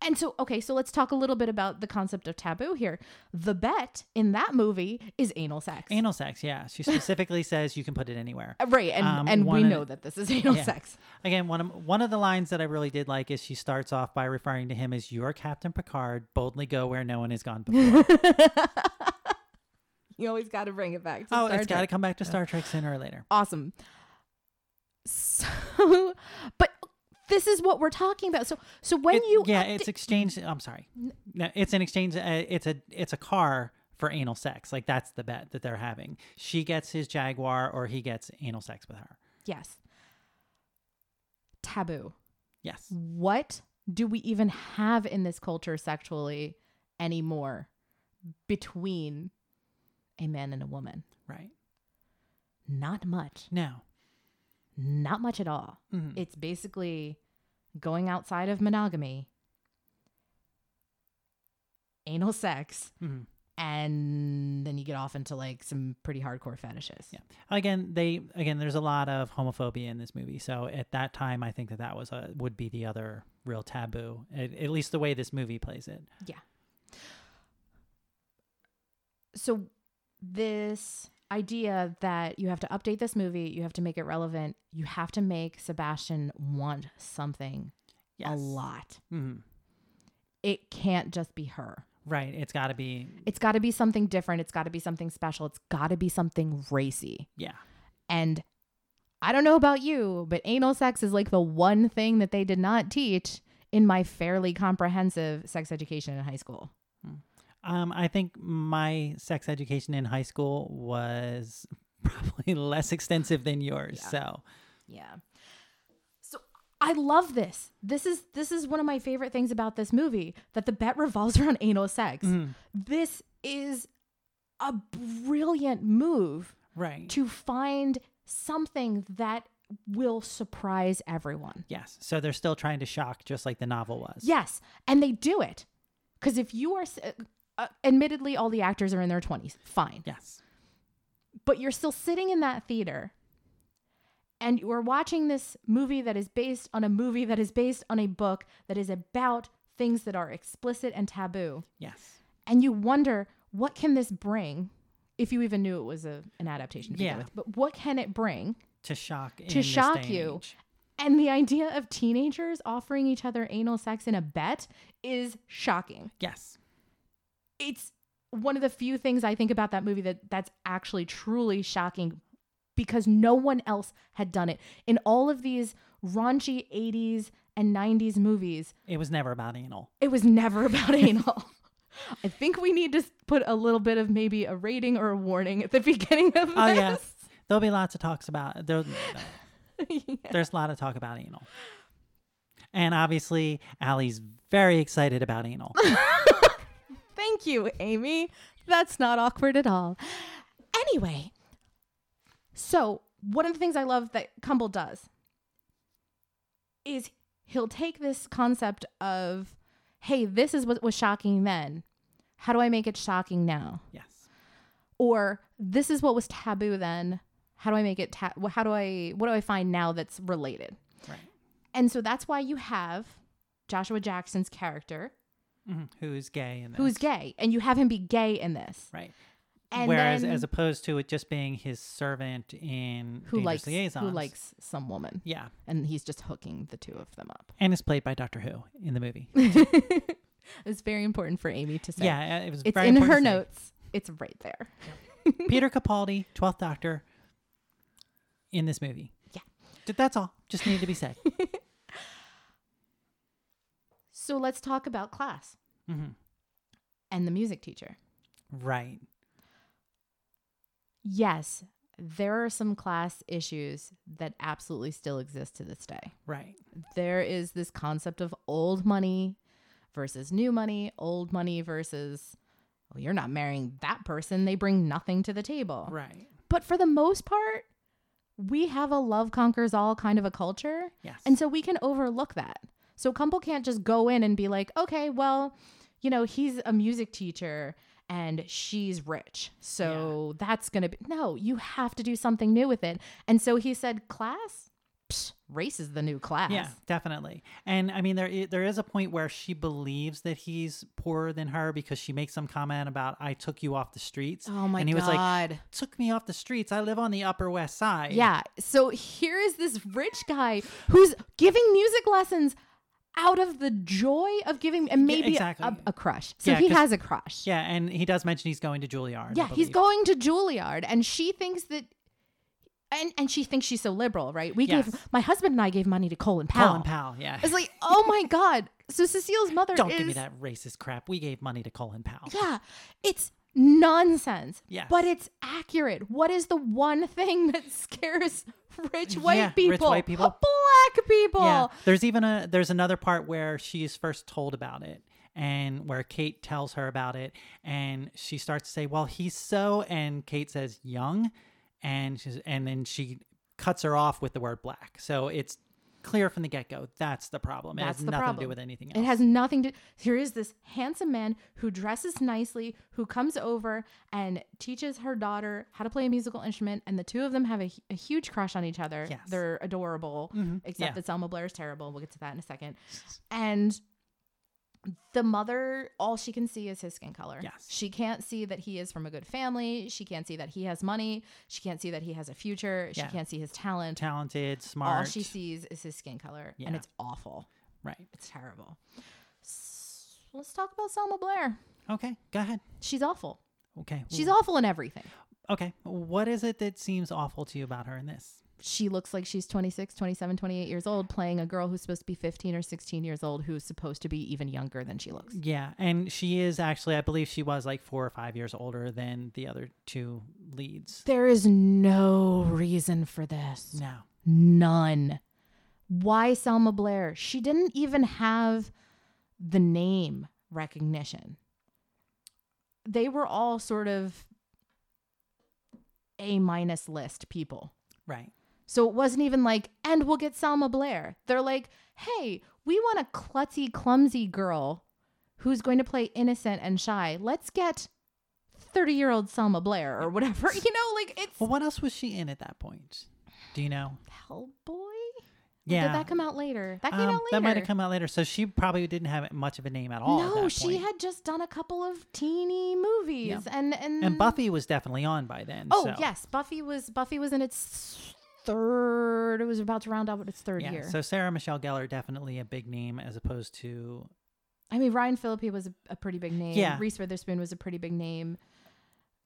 And so, okay, so let's talk a little bit about the concept of taboo here. The bet in that movie is anal sex. anal sex yeah *laughs* she specifically says you can put it anywhere Uh, right. And, Um, and we one of- know that this is *laughs* anal Yeah. sex. Again, one of one of the lines that I really did like is she starts off by referring to him as your Captain Picard, boldly go where no one has *laughs* gone Oh, before. You always got to bring it back to oh, Star it's got to Trek. come back to Star Trek sooner or later. Awesome. So, *laughs* but this is what we're talking about. So, so when It- you. yeah, act- it's exchange. I'm sorry, no, it's an exchange. Uh, it's a it's a car for anal sex. Like that's the bet that they're having. She gets his Jaguar, or he gets anal sex with her. Yes. Taboo. Mm. Yes, what do we even have in this culture sexually anymore between a man and a woman? right. Not much. No, Not much at all. Mhm. It's basically going outside of monogamy, anal sex, Mhm. and then you get off into like some pretty hardcore fetishes. yeah. Again, they again. There's a lot of homophobia in this movie. So at that time, I think that that was a would be the other real taboo. At, at least the way this movie plays it. so this idea that you have to update this movie, you have to make it relevant, you have to make Sebastian want something Yes. a lot. Mhm. It can't just be her. Right. It's got to be. It's got to be something different. It's got to be something special. It's got to be something racy. Yeah. And I don't know about you, but anal sex is like the one thing that they did not teach in my fairly comprehensive sex education in high school. Um, I think my sex education in high school was *laughs* probably less extensive than yours. Yeah. So Yeah. So I love this. This is this is one of my favorite things about this movie that the bet revolves *laughs* around anal sex. Mm. Mm-hmm. This is a brilliant move right. to find something that will surprise everyone. Yes. So they're still trying to shock, just like the novel was. Yes, and they do it. Cuz if you are s- uh, admittedly all the actors are in their 20s. Fine. Yes. but you're still sitting in that theater and you are watching this movie that is based on a movie that is based on a book that is about things that are explicit and taboo Yes. and you wonder what can this bring if you even knew it was a, an adaptation to Yeah. begin with but what can it bring To shock. in to this day shock and you age. and the idea of teenagers offering each other anal sex in a bet is shocking Yes. it's one of the few things I think about that movie that that's actually truly shocking because no one else had done it in all of these raunchy 80s and 90s movies. It was never about anal. It was never *laughs* about anal. I think we need to put a little bit of maybe a rating or a warning at the beginning of this. Oh yes. There'll be lots of talks about *laughs* there, Yeah. there's a lot of talk about anal. And obviously Allie's very excited about *laughs* anal. Thank you, Amy. That's not awkward at all. Anyway, so one of the things I love that Cumble does is he'll take this concept of, hey, this is what was shocking then. How do I make it shocking now? yes. Or this is what was taboo then. How do I make it? Ta- how do I? What do I find now that's related? Right. And so that's why you have Joshua Jackson's character, Mhm. Who's gay and who's gay, and you have him be gay in this. right. And Whereas then- as opposed to it just being his servant in who Dangerous likes Liaisons. who likes some woman Yeah. and he's just hooking the two of them up And is played by Doctor Who in the *laughs* movie. it's very important for amy to say yeah, it was it's very in important her to say. notes it's right there *laughs* Peter Capaldi, Twelfth Doctor, in this movie. Yeah. Th- that's all. Just needed to be *laughs* said. so let's talk about class hmm and the music teacher Right. yes there are some class issues that absolutely still exist to this day Right. there is this concept of old money versus new money old money versus well, you're not marrying that person they bring nothing to the table Right. But for the most part, we have a love conquers all kind of a culture. Yes. And so we can overlook that. So Kumple can't just go in and be like, okay, well, you know, he's a music teacher and she's rich. So that's going to be, no, you have to do something new with it. And so he said, class? Psh, race is the new class. yeah, definitely. And I mean, there i- there is a point where she believes that he's poorer than her because she makes some comment about "I took you off the streets." Oh my And he was like, God. "Took me off the streets. I live on the Upper West Side." Yeah. So here is this rich guy who's giving music lessons out of the joy of giving and maybe exactly. a, a crush. So Yeah, he 'cause- has a crush. Yeah, and he does mention he's going to Juilliard. Yeah, I he's believe. going to Juilliard and she thinks that and and she thinks she's so liberal, right? We gave Yes. my husband and I gave money to Colin Powell. Colin Powell. Yeah. It's like, "Oh my god." So Cecile's mother Don't is give me that racist crap. We gave money to Colin Powell. Yeah. It's nonsense. Yes. But it's accurate. What is the one thing that scares rich white Yeah, people? rich white people. Black people. Yeah. There's even a there's another part where she is first told about it and where Kate tells her about it and she starts to say, "Well, he's so," and Kate says, "Young," and she's, and then she cuts her off with the word black. So it's clear from the get go that's the problem. It That's has the nothing to problem. do with anything else. It has nothing to. Here is this handsome man who dresses nicely, who comes over and teaches her daughter how to play a musical instrument, and the two of them have a, hu- a huge crush on each other. Yes. Mm-hmm. They're adorable, except Yeah. that Selma Blair is terrible. We'll get to that in a second. And the mother, all she can see is his skin color. Yes. She can't see that he is from a good family. She can't see that he has money. She can't see that he has a future. She Yeah. can't see his talent. talented, smart. All she sees is his skin color, Yeah. and it's awful. right. It's terrible. S- Let's talk about Selma Blair. Okay, go ahead. She's awful. Okay. She's awful in everything. okay. What is it that seems awful to you about her in this? She looks like she's 26, 27, 28 years old playing a girl who's supposed to be 15 or 16 years old who's supposed to be even younger than she looks. Yeah, and she is actually, I believe she was like four or five years older than the other two leads. There is no reason for this. No. None. Why Selma Blair? She didn't even have the name recognition. They were all sort of A minus list people. Right. So it wasn't even like, and we'll get Selma Blair. They're like, hey, we want a klutzy, clumsy girl who's going to play innocent and shy. Let's get 30 year old Selma Blair or whatever. *laughs* You know, like it's Well, what else was she in at that point? Do you know? Hellboy? Yeah. Did that come out later? That came um, out later. That might have come out later. So she probably didn't have much of a name at all. at No, that she point. had just done a couple of teeny movies, and and And Buffy was definitely on by then. Oh so. yes, Buffy was Buffy was in its third. It was about to round out its third Yeah. year. So Sarah Michelle Gellar definitely a big name as opposed to I mean, Ryan Phillippe was a, a pretty big name. Yeah. Reese Witherspoon was a pretty big name.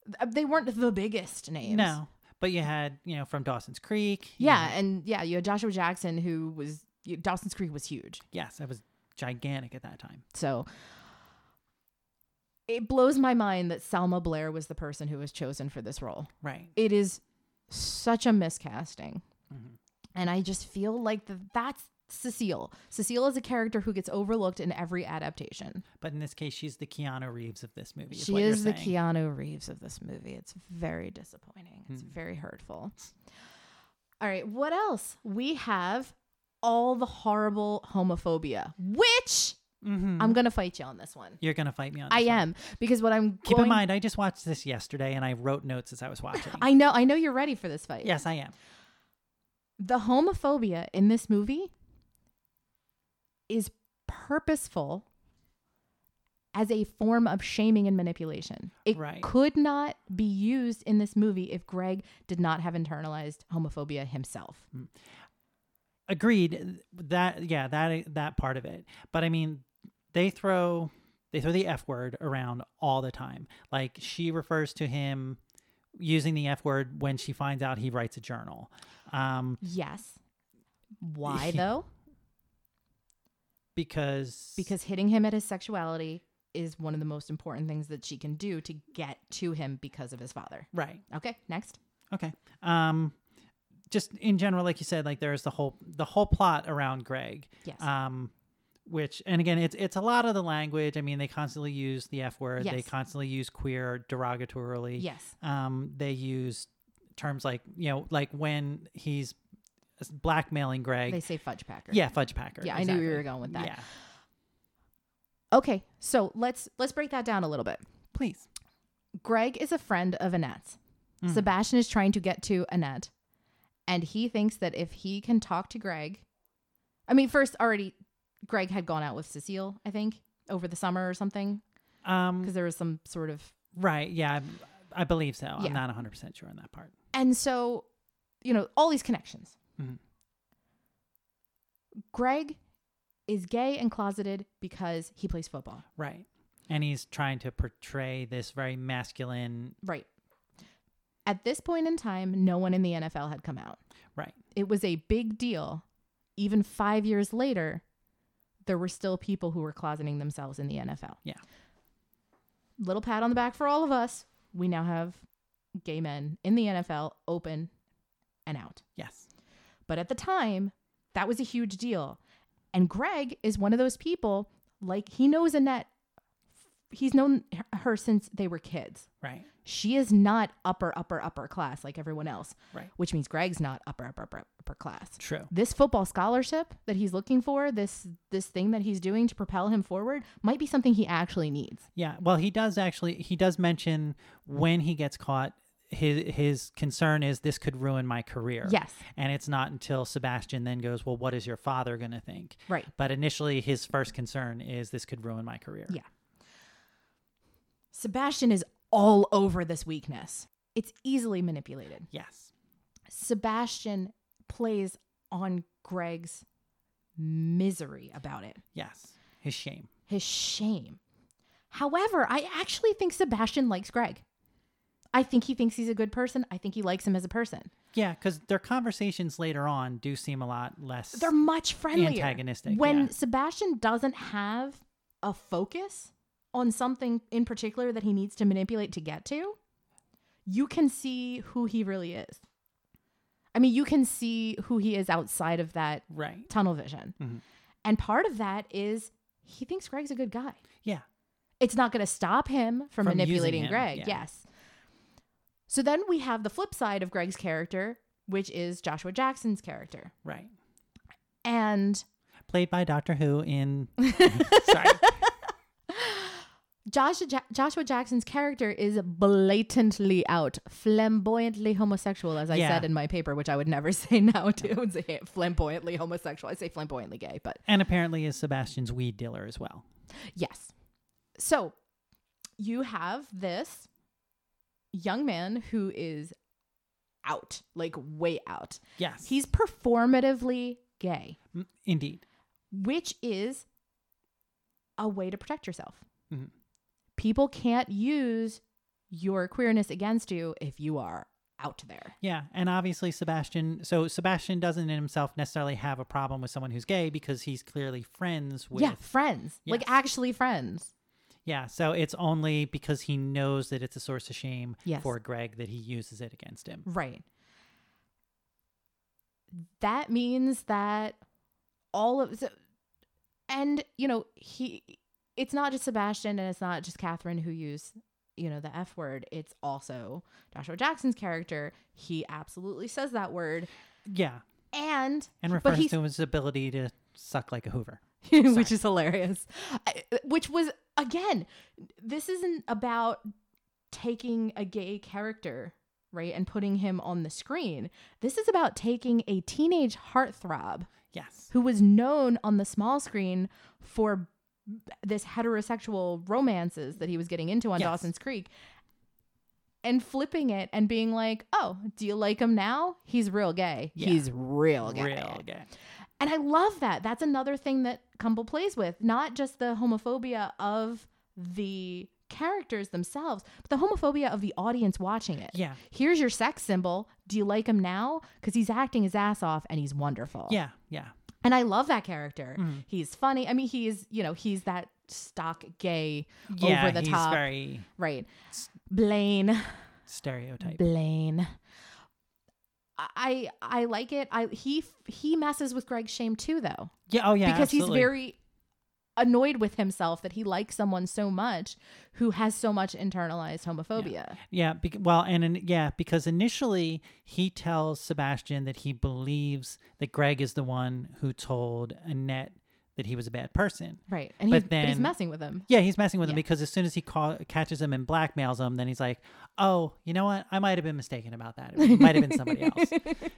Th- uh, They weren't the biggest names. no, but you had you know from Dawson's Creek. you Yeah, had- and yeah, you had Joshua Jackson, who was Dawson's Creek was huge. yes, that was gigantic at that time. So it blows my mind that Salma Blair was the person who was chosen for this role. Right. it is such a miscasting. Mhm. And I just feel like th- that's Cecile. Cecile is a character who gets overlooked in every adaptation. But in this case, she's the Keanu Reeves of this movie. she what is you're the saying. Keanu Reeves of this movie. It's very disappointing. It's Hmm. very hurtful. All right, what else? We have all the horrible homophobia, which Mhm. I'm going to fight you on this one. You're gonna fight me on. This I one. am because what I'm Keep going- in mind, I just watched this yesterday, and I wrote notes as I was watching. I know I know you're ready for this fight. yes, I am. the homophobia in this movie is purposeful as a form of shaming and manipulation. It Right. could not be used in this movie if Greg did not have internalized homophobia himself. Agreed. That yeah, that that part of it. But I mean, they throw they throw the f word around all the time. Like she refers to him using the f word when she finds out he writes a journal. Um, Yes. *laughs* Why though? because Because hitting him at his sexuality is one of the most important things that she can do to get to him because of his father. right. Okay, next. Okay. Um just in general like you said like there's the whole the whole plot around Greg. Yes. Um which and again it's it's a lot of the language. I mean they constantly use the F word. They Yes. constantly use queer derogatorily. Yes. Um they use terms like, you know, like when he's blackmailing Greg. They say fudge packer. yeah, fudge packer. Yeah, I knew where you exactly. were going with that. Yeah. Okay, so let's let's break that down a little bit. Please. Greg is a friend of Annette's. Hmm. Mm. Sebastian is trying to get to Annette, and he thinks that if he can talk to Greg, I mean, first already, Greg had gone out with Cecile, I think, over the summer or something, Um because there was some sort of, right, yeah. I, I believe so. Yeah. I'm not 100% sure on that part. and so, you know, all these connections. Mhm. Greg is gay and closeted because he plays football. Right. And he's trying to portray this very masculine, Right. At this point in time, no one in the NFL had come out. right. it was a big deal. Even five years later, there were still people who were closeting themselves in the NFL. Yeah. Little pat on the back for all of us. We now have gay men in the NFL open and out. Yes. But at the time, that was a huge deal. And Greg is one of those people, like, he knows Annette. He's known her since they were kids. Right. She is not upper, upper, upper class like everyone else, Right. which means Greg's not upper, upper, upper, upper class True. this football scholarship that he's looking for, this this thing that he's doing to propel him forward, might be something he actually needs. Yeah. Well, he does actually. He does mention when he gets caught. His his concern is this could ruin my career. Yes. And it's not until Sebastian then goes, well, what is your father going to think? Right. But initially, his first concern is this could ruin my career. Yeah. Sebastian is all over this weakness. It's easily manipulated. Yes. Sebastian plays on Greg's misery about it. Yes. His shame. His shame. However, I actually think Sebastian likes Greg. I think he thinks he's a good person. I think he likes him as a person. Yeah, because their conversations later on do seem a lot less. They're much friendlier. Antagonistic, When yeah. Sebastian doesn't have a focus on something in particular that he needs to manipulate to get to, you can see who he really is. I mean, you can see who he is outside of that right. tunnel vision. Mhm. And part of that is he thinks Greg's a good guy. Yeah. It's not going to stop him from, From using manipulating him, Greg. yeah. Yes. So then we have the flip side of Greg's character, which is Joshua Jackson's character. Right. And Played by Doctor Who *laughs* in. Sorry. Joshua, ja- Joshua Jackson's character is blatantly out, flamboyantly homosexual, as I Yeah. said in my paper, which I would never *laughs* say now to and say flamboyantly homosexual. I say flamboyantly gay, but And apparently is Sebastian's weed dealer as well. Yes. So you have this young man who is out, like way out. Yes. He's performatively gay, Mm, Indeed. which is a way to protect yourself. Mhm. People can't use your queerness against you if you are out there. Yeah, and obviously Sebastian. So Sebastian doesn't in himself necessarily have a problem with someone who's gay because he's clearly friends with. yeah, friends, like Yes. actually friends. Yeah, So it's only because he knows that it's a source of shame Yes. for Greg that he uses it against him. Right. That means that all of so, and you know he it's not just Sebastian and it's not just Catherine who use you know the F word. It's also Joshua Jackson's character. He absolutely says that word Yeah, and and but refers he's to his ability to suck like a Hoover. *laughs* which is hilarious. I- Which was again, this isn't about taking a gay character, right, and putting him on the screen. This is about taking a teenage heartthrob Yes. who was known on the small screen for this heterosexual romances that he was getting into on Yes. Dawson's Creek and flipping it and being like, "Oh, do you like him now? He's real gay. Yeah. He's real gay." Real gay. And I love that. That's another thing that Cumble plays with, not just the homophobia of the characters themselves, but the homophobia of the audience watching it. Yeah. Here's your sex symbol. Do you like him now? Because he's acting his ass off and he's wonderful. Yeah. Mm-hmm. Yeah. And I love that character. He's funny. I mean, he is, you know, he's that stock gay Yeah. over the he's top. very right. Blaine. stereotype. Blaine. I I like it. I he he messes with Greg's shame too though Yeah. Oh yeah. because absolutely. he's very annoyed with himself that he likes someone so much who has so much internalized homophobia. Yeah, bec well, and in, yeah, because initially he tells Sebastian that he believes that Greg is the one who told Annette that he was a bad person. Right. And But he's, but he's then- messing with him. Yeah, he's messing with him Yeah. because as soon as he ca- catches him and blackmails him, then he's like, "Oh, you know what? I might have been mistaken about that. It might have been somebody *laughs* else."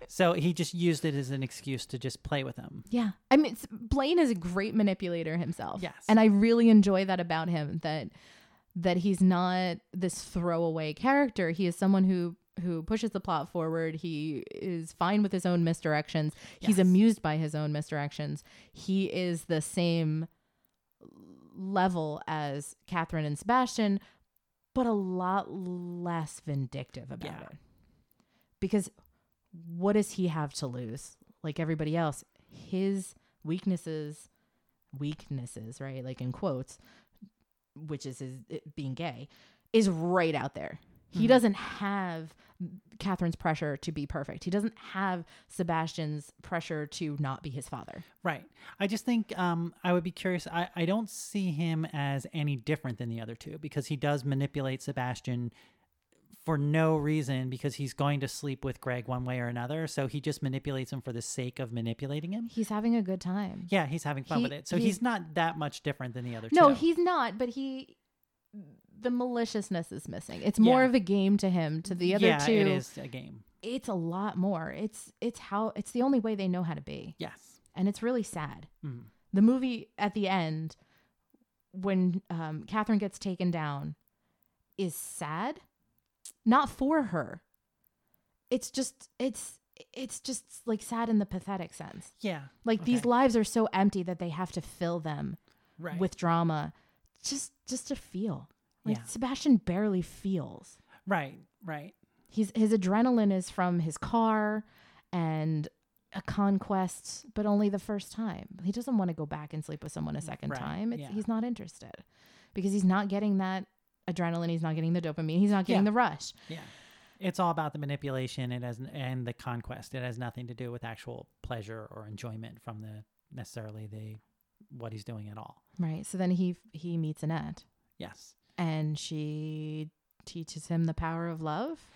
So he just used it as an excuse to just play with him. Yeah. I mean, it's, Blaine is a great manipulator himself. Yes. And I really enjoy that about him that that he's not this throwaway character. He is someone who who pushes the plot forward. He is fine with his own misdirections. He's Yes. amused by his own misdirections. He is the same level as Catherine and Sebastian, but a lot less vindictive about Yeah. it. Because what does he have to lose? Like everybody else, his weaknesses, weaknesses, right? Like in quotes, which is his it being gay, is right out there. He doesn't have Catherine's pressure to be perfect. He doesn't have Sebastian's pressure to not be his father. Right. I just think um, I would be curious. I, I don't see him as any different than the other two because he does manipulate Sebastian for no reason because he's going to sleep with Greg one way or another. So he just manipulates him for the sake of manipulating him. He's having a good time. Yeah, he's having fun He- with it. So he's- he's, not that much different than the other No, two. he's not, but he the maliciousness is missing. It's more Yeah. of a game to him to the other yeah, two. it is a game. it's a lot more. It's it's how it's the only way they know how to be. Yes. And it's really sad. Mm. The movie at the end when um Catherine gets taken down is sad. Not for her. It's just it's it's just like sad in the pathetic sense. Yeah. Like these Okay. lives are so empty that they have to fill them Right. with drama just just to feel. Like Yeah. Sebastian barely feels. Right, right. He's his adrenaline is from his car and a conquest, but only the first time. He doesn't want to go back and sleep with someone a second Mm, Right, time. It's, yeah. He's not interested because he's not getting that adrenaline. He's not getting the dopamine. He's not getting Yeah. the rush. Yeah. It's all about the manipulation it has, and the conquest. It has nothing to do with actual pleasure or enjoyment from the necessarily the what he's doing at all. Right. So then he he meets Annette, Yes. and she teaches him the power of love.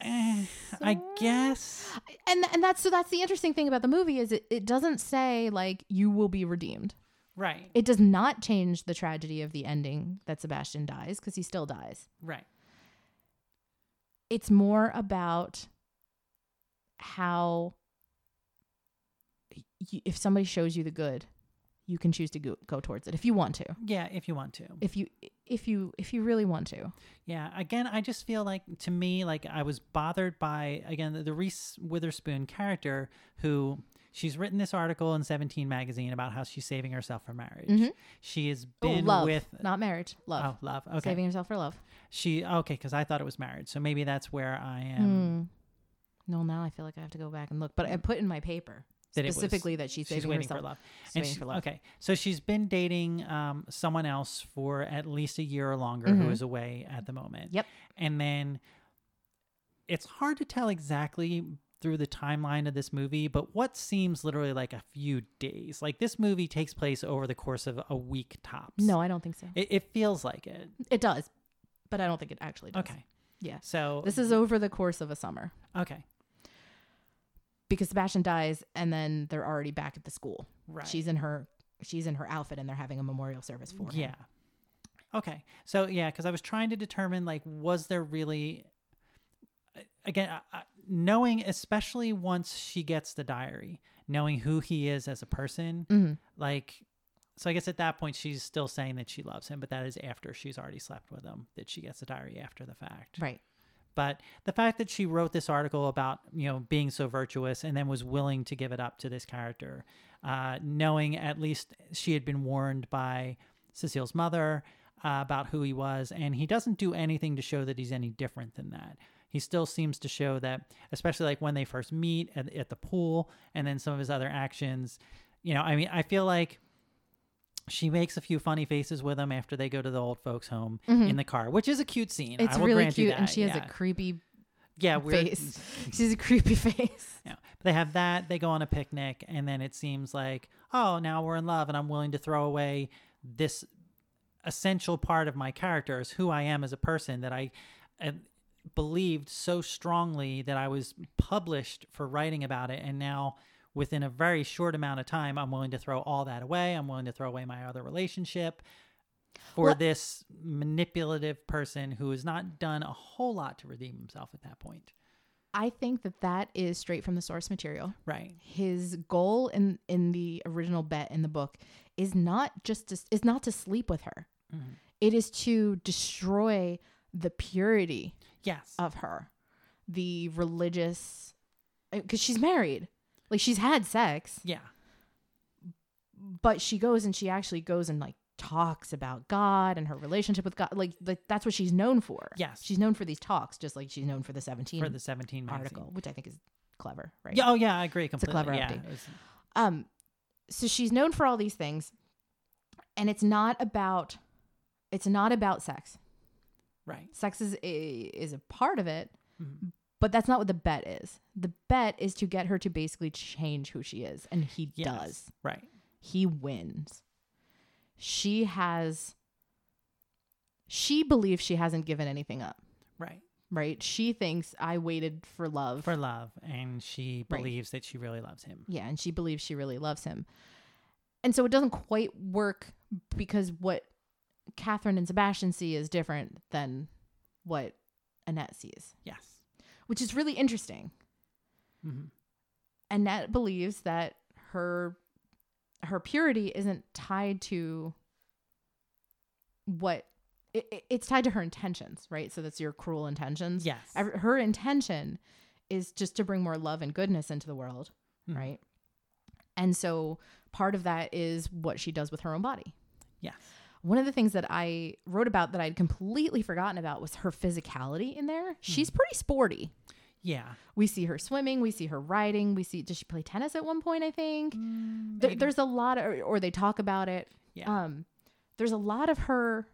Eh, I So- guess. And and that's so that's the interesting thing about the movie is it, it doesn't say like you will be redeemed. Right. It does not change the tragedy of the ending that Sebastian dies because he still dies. Right. It's more about how y if somebody shows you the good, you can choose to go, go towards it if you want to. Yeah, if you want to. If you if you if you really want to. Yeah. Again, I just feel like to me, like I was bothered by again the, the Reese Witherspoon character who she's written this article in Seventeen magazine about how she's saving herself for marriage. Mhm. She has Oh, been love, with not marriage, love. oh love okay Saving yourself for love. she okay because I thought it was marriage, so maybe that's where I am. Mm. No, now I feel like I have to go back and look, but I put in my paper Hmm. That it was- specifically that she's She's saving waiting herself. for love. She's And waiting she- for love. Okay, so she's been dating um, someone else for at least a year or longer, who Mhm. is away at the moment. Yep. And then it's hard to tell exactly through the timeline of this movie, but what seems literally like a few days. Like this movie takes place over the course of a week tops. No, I don't think so. It, it, it feels like it. does, but I don't think it actually does. Okay. Yeah. So This is over the course of a summer okay. because Sebastian dies and then they're already back at the school. Right. She's in her she's in her outfit and they're having a memorial service for him. Yeah. Okay. So yeah, because I was trying to determine like, was there really, again, I, I, knowing especially once she gets the diary, knowing who he is as a person, Mhm. like, so I guess at that point she's still saying that she loves him, but that is after she's already slept with him that she gets the diary after the fact. Right. But the fact that she wrote this article about you know being so virtuous and then was willing to give it up to this character, uh, knowing at least she had been warned by Cecile's mother uh, about who he was, and he doesn't do anything to show that he's any different than that. He still seems to show that, especially like when they first meet at, at the pool, and then some of his other actions. You know, I mean, I feel like she makes a few funny faces with him after they go to the old folks' home in the car, which is a cute scene. Mm-hmm. It's I will really grant you cute and that, she has yeah a creepy yeah, weird. face. *laughs* She's a *laughs* creepy face. Yeah. But they have that. They go on a picnic, and then it seems like, oh, now we're in love, and I'm willing to throw away this essential part of my character is who I am as a person that I uh, believed so strongly that I was published for writing about it, and now within a very short amount of time, I'm willing to throw all that away. I'm willing to throw away my other relationship. For Well- this manipulative person who has not done a whole lot to redeem himself at that point. I think that that is straight from the source material. Right. his goal in in the original bet in the book is not just to, is not to sleep with her. Mhm. It is to destroy the purity Yes. of her, the religious, because she's married, like she's had sex, yeah. but she goes and she actually goes and like talks about God and her relationship with God. Like, like that's what she's known for. Yes. she's known for these talks, just like she's known for the seventeen for the 17 magazine. article, which I think is clever, right? Yeah, oh yeah, I agree a completely. clever yeah, update. it's- Um, so she's known for all these things, and it's not about it's not about sex. right. Sex is a, is a part of it, Mhm. but that's not what the bet is. The bet is to get her to basically change who she is, and he Yes, does. Right. He wins. She has. She believes she hasn't given anything up, Right. right? She thinks I waited for love For love and she Right. believes that she really loves him. Yeah, and she believes she really loves him. And so it doesn't quite work because what Catherine and Sebastian see is different than what Annette sees, Yes. which is really interesting. Mhm. Annette believes that her her purity isn't tied to what it, it- it's tied to her intentions, right? So that's your cruel intentions. Yes. Ev- her intention is just to bring more love and goodness into the world Mhm. right and so part of that is what she does with her own body Yes. One of the things that I wrote about that I'd completely forgotten about was her physicality in there. She's pretty sporty. Yeah. We see her swimming, we see her riding, we see does she play tennis at one point, I think. There, there's a lot of, or, or they talk about it. Yeah. Um, there's a lot of her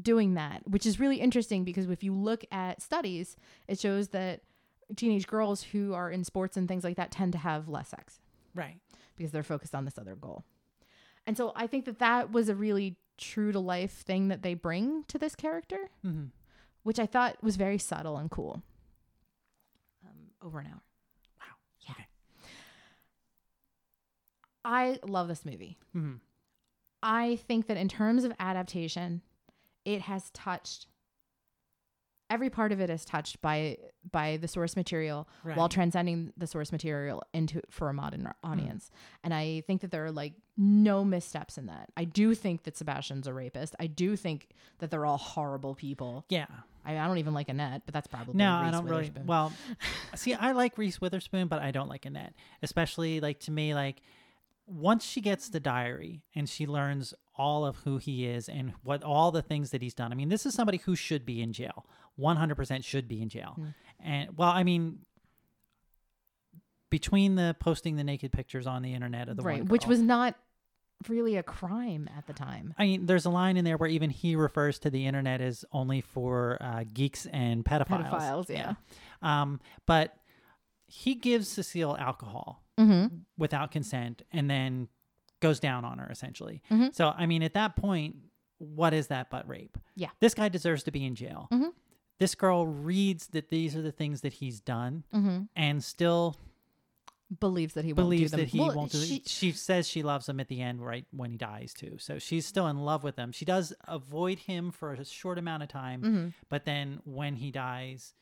doing that, which is really interesting because if you look at studies, it shows that teenage girls who are in sports and things like that tend to have less sex Right. because they're focused on this other goal. And so I think that that was a really true to life thing that they bring to this character, hmm which I thought was very subtle and cool. Um, over an hour. Wow. Yeah. Okay. I love this movie. hmm I think that in terms of adaptation, it has touched every part of it is touched by by the source material Right. Hmm. while transcending the source material into for a modern audience. And I think that there are like no missteps in that. I do think that Sebastian's a rapist. I do think that they're all horrible people. yeah. I, I don't even like Annette, but that's probably No, I Reese don't really. Witherspoon. *laughs* Well, see, I like Reese Witherspoon, but I don't like Annette, especially like to me, like once she gets the diary and she learns all of who he is and what all the things that he's done. I mean, this is somebody who should be in jail. 100% should be in jail. Hmm. And well, I mean between the posting the naked pictures on the internet of the right, one which girl- was not really a crime at the time. I mean, there's a line in there where even he refers to the internet as only for uh, geeks and pedophiles. Pedophiles, yeah. Um, but he gives Cecile alcohol Mm-hmm. without consent and then goes down on her essentially. Mhm. So, I mean, at that point, what is that but rape? Yeah. This guy deserves to be in jail. Mhm. This girl reads that these are the things that he's done Mm-hmm. and still Believes that he won't do believes them. that he Well, won't do she- it. She says she loves him at the end, right when he dies, too. So she's still in love with him. She does avoid him for a short amount of time, Mm-hmm. but then when he dies,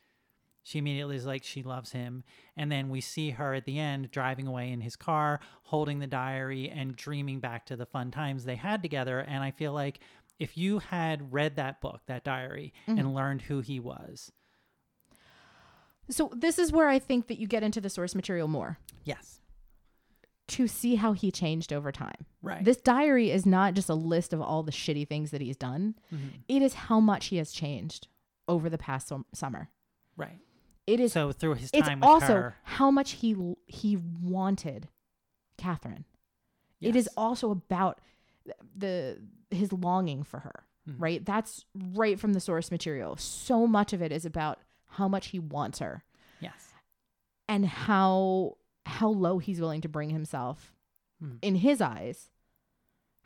she immediately is like, she loves him. And then we see her at the end driving away in his car, holding the diary and dreaming back to the fun times they had together. And I feel like if you had read that book, that diary, Mm-hmm. and learned who he was, So this is where I think that you get into the source material more yes, to see how he changed over time. right. This diary is not just a list of all the shitty things that he's done. Mm-hmm. It is how much he has changed over the past sum- summer. right. It is So through his it's time with also her, how much he he wanted Catherine. It is yes. also about the his longing for her, Hmm. right? That's right from the source material. So much of it is about how much he wants her. yes. and how how low he's willing to bring himself Mhm. in his eyes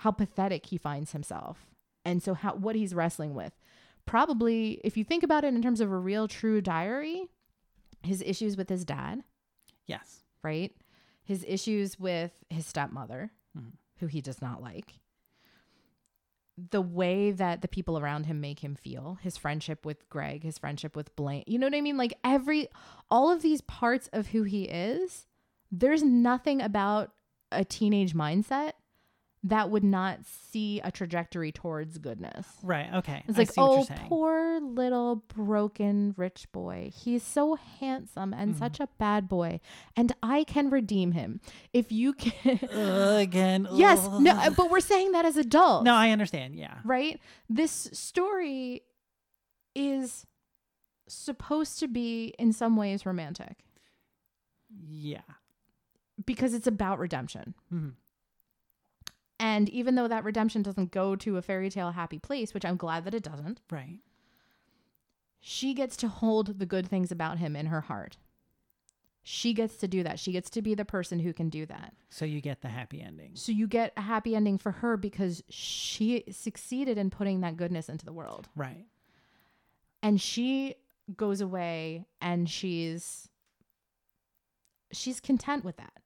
how pathetic he finds himself and so how what he's wrestling with probably if you think about it in terms of a real true diary his issues with his dad Yes. right his issues with his stepmother Mhm. who he does not like the way that the people around him make him feel his friendship with greg his friendship with blaine you know what i mean like every all of these parts of who he is there's nothing about a teenage mindset that would not see a trajectory towards goodness Right. Okay. it's I like see what you're oh saying. poor little broken rich boy he's so handsome and Mm-hmm. such a bad boy and i can redeem him if you *laughs* can Ugh, again. yes Uh, ugh. no uh, but we're saying that as adults No, I understand. Yeah. right? This story is supposed to be in some ways romantic Yeah. because it's about redemption. Mhm. And even though that redemption doesn't go to a fairy tale happy place, which I'm glad that it doesn't, Right. she gets to hold the good things about him in her heart. She gets to do that. She gets to be the person who can do that. So you get the happy ending. So you get a happy ending for her because she succeeded in putting that goodness into the world. Right. and she goes away and she's she's content with that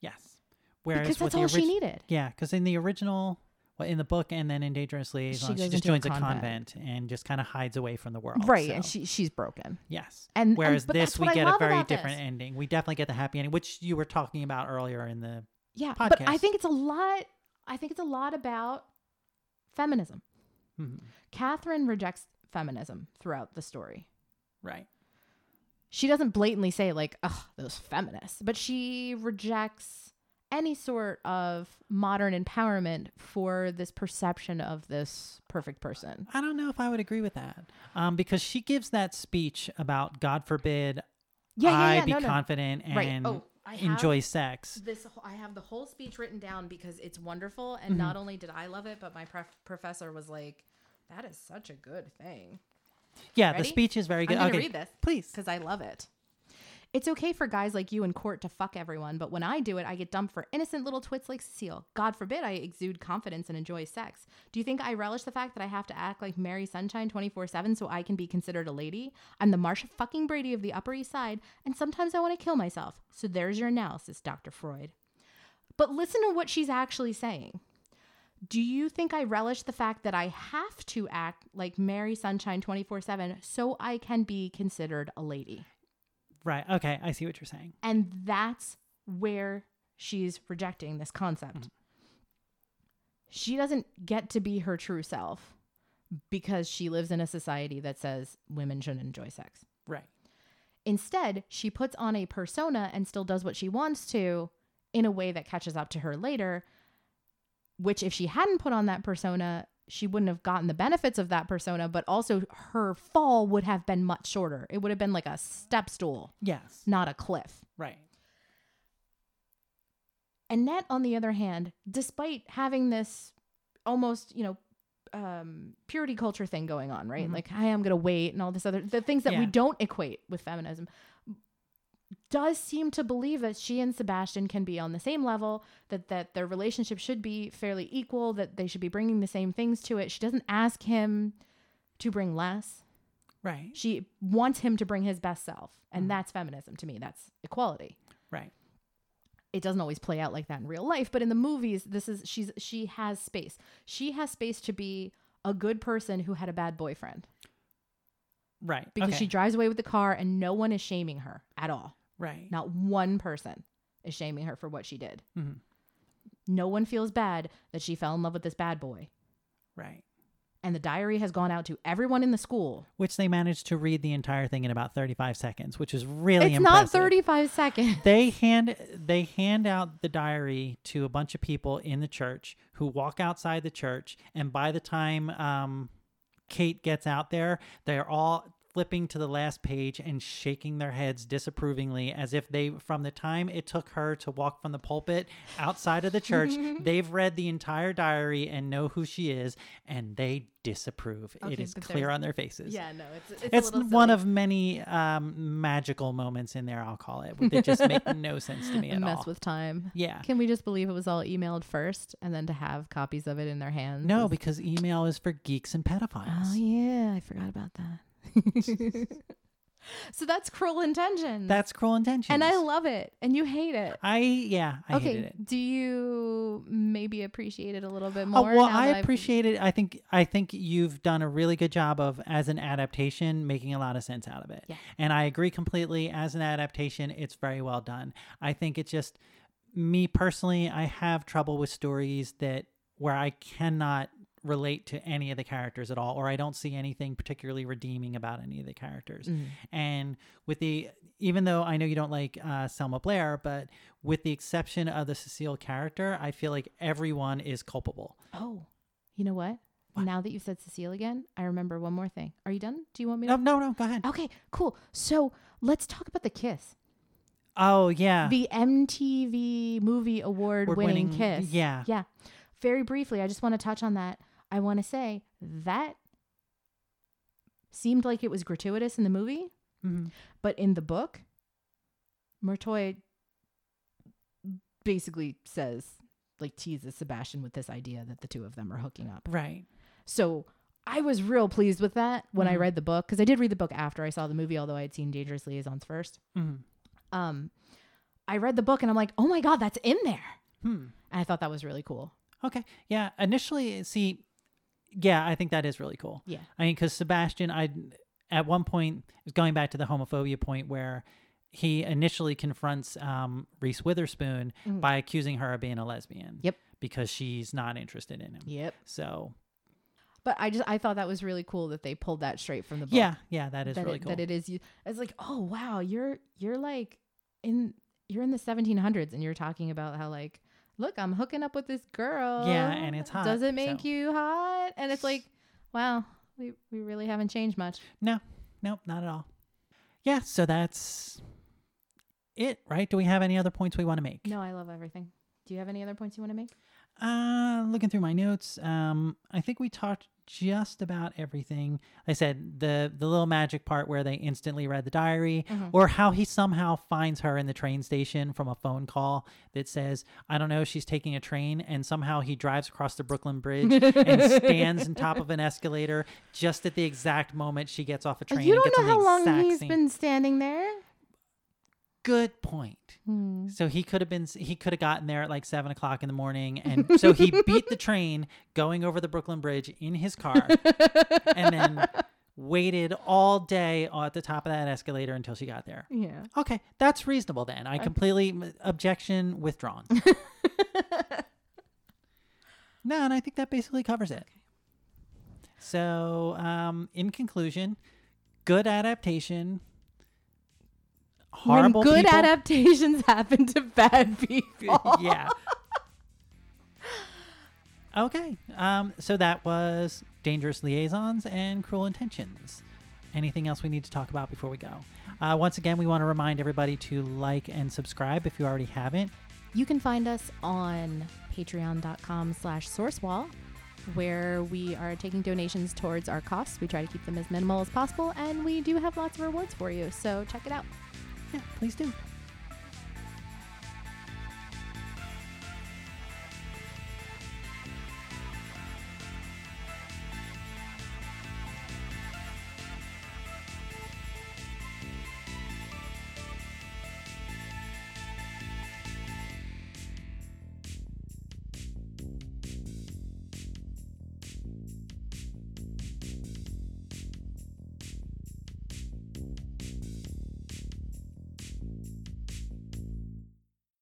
Yes. Whereas because with that's the all she orig- needed Yeah, because in the original, well, in the book, and then in Dangerous Liaison, she, goes just into a joins a convent. convent. and just kind of hides away from the world. right so- and she she's broken yes. and- and- Whereas but this, that's we what I get a love very about different this. ending. We definitely get the happy ending, which you were talking about earlier in the. yeah but i Podcast. think it's a lot i think it's a lot about feminism Mhm. catherine rejects feminism throughout the story Right. she doesn't blatantly say like ugh those feminists but she rejects any sort of modern empowerment for this perception of this perfect person. I don't know if I would agree with that um, because she gives that speech about God forbid Yeah, yeah, I yeah. be no, no. confident Right. and Oh, I have- enjoy sex. this wh- I have the whole speech written down because it's wonderful, and not only did I love it, but my prof- professor was like, "That is such a good thing." Yeah, the Ready? speech is very I'm good. gonna okay, read this. please. because I love it. It's okay for guys like you in court to fuck everyone, but when I do it, I get dumped for innocent little twits like Cecile. God forbid I exude confidence and enjoy sex. Do you think I relish the fact that I have to act like Mary Sunshine 24 7 so I can be considered a lady? I'm the Marsha fucking Brady of the Upper East Side, and sometimes I want to kill myself. So there's your analysis, Dr. Freud. But listen to what she's actually saying. Do you think I relish the fact that I have to act like Mary Sunshine 24 7 so I can be considered a lady? Right. Okay, I see what you're saying. And that's where she's rejecting this concept. She doesn't get to be her true self because she lives in a society that says women shouldn't enjoy sex. Right. Instead, she puts on a persona and still does what she wants to in a way that catches up to her later, which if she hadn't put on that persona, she wouldn't have gotten the benefits of that persona, but also her fall would have been much shorter. It would have been like a step stool, Yes. not a cliff. Right. Annette, on the other hand, despite having this almost, you know, um, purity culture thing going on, right? Mhm. Like, hey, I'm going to wait and all this other, the things that we Yeah. don't equate with feminism, does seem to believe that she and Sebastian can be on the same level, that, that their relationship should be fairly equal, that they should be bringing the same things to it. She doesn't ask him to bring less. Right. She wants him to bring his best self. And that's feminism to me. That's equality Right. it doesn't always play out like that in real life but in the movies this is she's she has space she has space to be a good person who had a bad boyfriend Right. because okay. she drives away with the car and no one is shaming her at all Right. not one person is shaming her for what she did Mhm. no one feels bad that she fell in love with this bad boy Right. and the diary has gone out to everyone in the school Which they managed to read the entire thing in about 35 seconds, which is really it's impressive. not *laughs* 35 seconds they hand they hand out the diary to a bunch of people in the church who walk outside the church and by the time um, kate gets out there they're all flipping to the last page and shaking their heads disapprovingly as if they from the time it took her to walk from the pulpit outside of the *laughs* church they've read the entire diary and know who she is and they disapprove it Okay, is but clear there's- on their faces yeah no it's it's one of many um, magical moments in there. I'll call it. They just *laughs* make no sense to me at all. mess with time yeah. Can we just believe it was all emailed first and then to have copies of it in their hands? No, is- because email is for geeks and Oh, *laughs* pedophiles. yeah. I forgot about that. *laughs* so that's cruel intentions. That's cruel intentions. and I love it. And you hate it. I yeah, I okay. hated it. Do you maybe appreciate it a little bit Oh, more? well, now I that I've- appreciate it. I think I think you've done a really good job of as an adaptation making a lot of sense out of it. Yeah. And I agree completely. As an adaptation, it's very well done. I think it's just me personally. I have trouble with stories that where I cannot relate to any of the characters at all, or I don't see anything particularly redeeming about any of the characters. Mm. And with the even though I know you don't like uh, Selma Blair, but with the exception of the Cecile character, I feel like everyone is culpable. Oh, you know what? Now that you've said Cecile again, I remember one more thing. Are you done? Do you want me No, to? no, no. Go ahead. Okay, cool. So let's talk about the kiss. Oh yeah, the MTV Movie Award winning Award-winning- kiss. yeah. Yeah. Very briefly, I just want to touch on that. I want to say that seemed like it was gratuitous in the movie, Mhm. but in the book, Mertoy basically says, like, teases Sebastian with this idea that the two of them are hooking up. right. So I was real pleased with that when I Mhm. read the book because I did read the book after I saw the movie, although I had seen Dangerous Liaisons first Mhm. um, I read the book and I'm like, oh my God, that's in there. Hmm. And I thought that was really cool. Okay. Yeah. Initially, see, yeah, I think that is really cool. Yeah. I mean, because Sebastian, I at one point it was going back to the homophobia point where he initially confronts um, Reese Witherspoon Mm. by accusing her of being a lesbian. Yep. Because she's not interested in him. Yep. So But I just, I thought that was really cool that they pulled that straight from the book. yeah, yeah, that is that really it, cool. That it is, you- it's like, oh wow, you're, you're like in, you're in the 1700s and you're talking about how like, look, I'm hooking up with this girl. Yeah, and it's hot, Does it make so- you hot? And it's like, wow, we we really haven't changed much. No, nope, not at all. Yeah, so that's it, right? Do we have any other points we want to make? No, I love everything. Do you have any other points you want to make? Uh, looking through my notes, um, I think we talked just about everything. I said the the little magic part where they instantly read the diary, Mm-hmm. or how he somehow finds her in the train station from a phone call that says, "I don't know, she's taking a train," and somehow he drives across the Brooklyn Bridge and stands on top of an escalator just at the exact moment she gets off a train. you and don't gets know on the how long exact he's same- been standing there. Good point. Hmm. So he could have been, he could have gotten there at like seven o'clock in the morning. And so *laughs* he beat the train going over the Brooklyn Bridge in his car and then waited all day at the top of that escalator until she got there. Yeah. Okay, that's reasonable then. I completely, objection *laughs* withdrawn. no, and I think that basically covers it. So, um, in conclusion, good adaptation. Horrible when good people. adaptations *laughs* happen *laughs* to bad *laughs* people. yeah. Okay. Um, so that was Dangerous Liaisons and Cruel Intentions. Anything else we need to talk about before we go? Uh, once again, we want to remind everybody to like and subscribe if you already haven't. You can find us on patreon.com slash sourcewall, where we are taking donations towards our costs. We try to keep them as minimal as possible, and we do have lots of rewards for you, so check it out. Yeah, please do.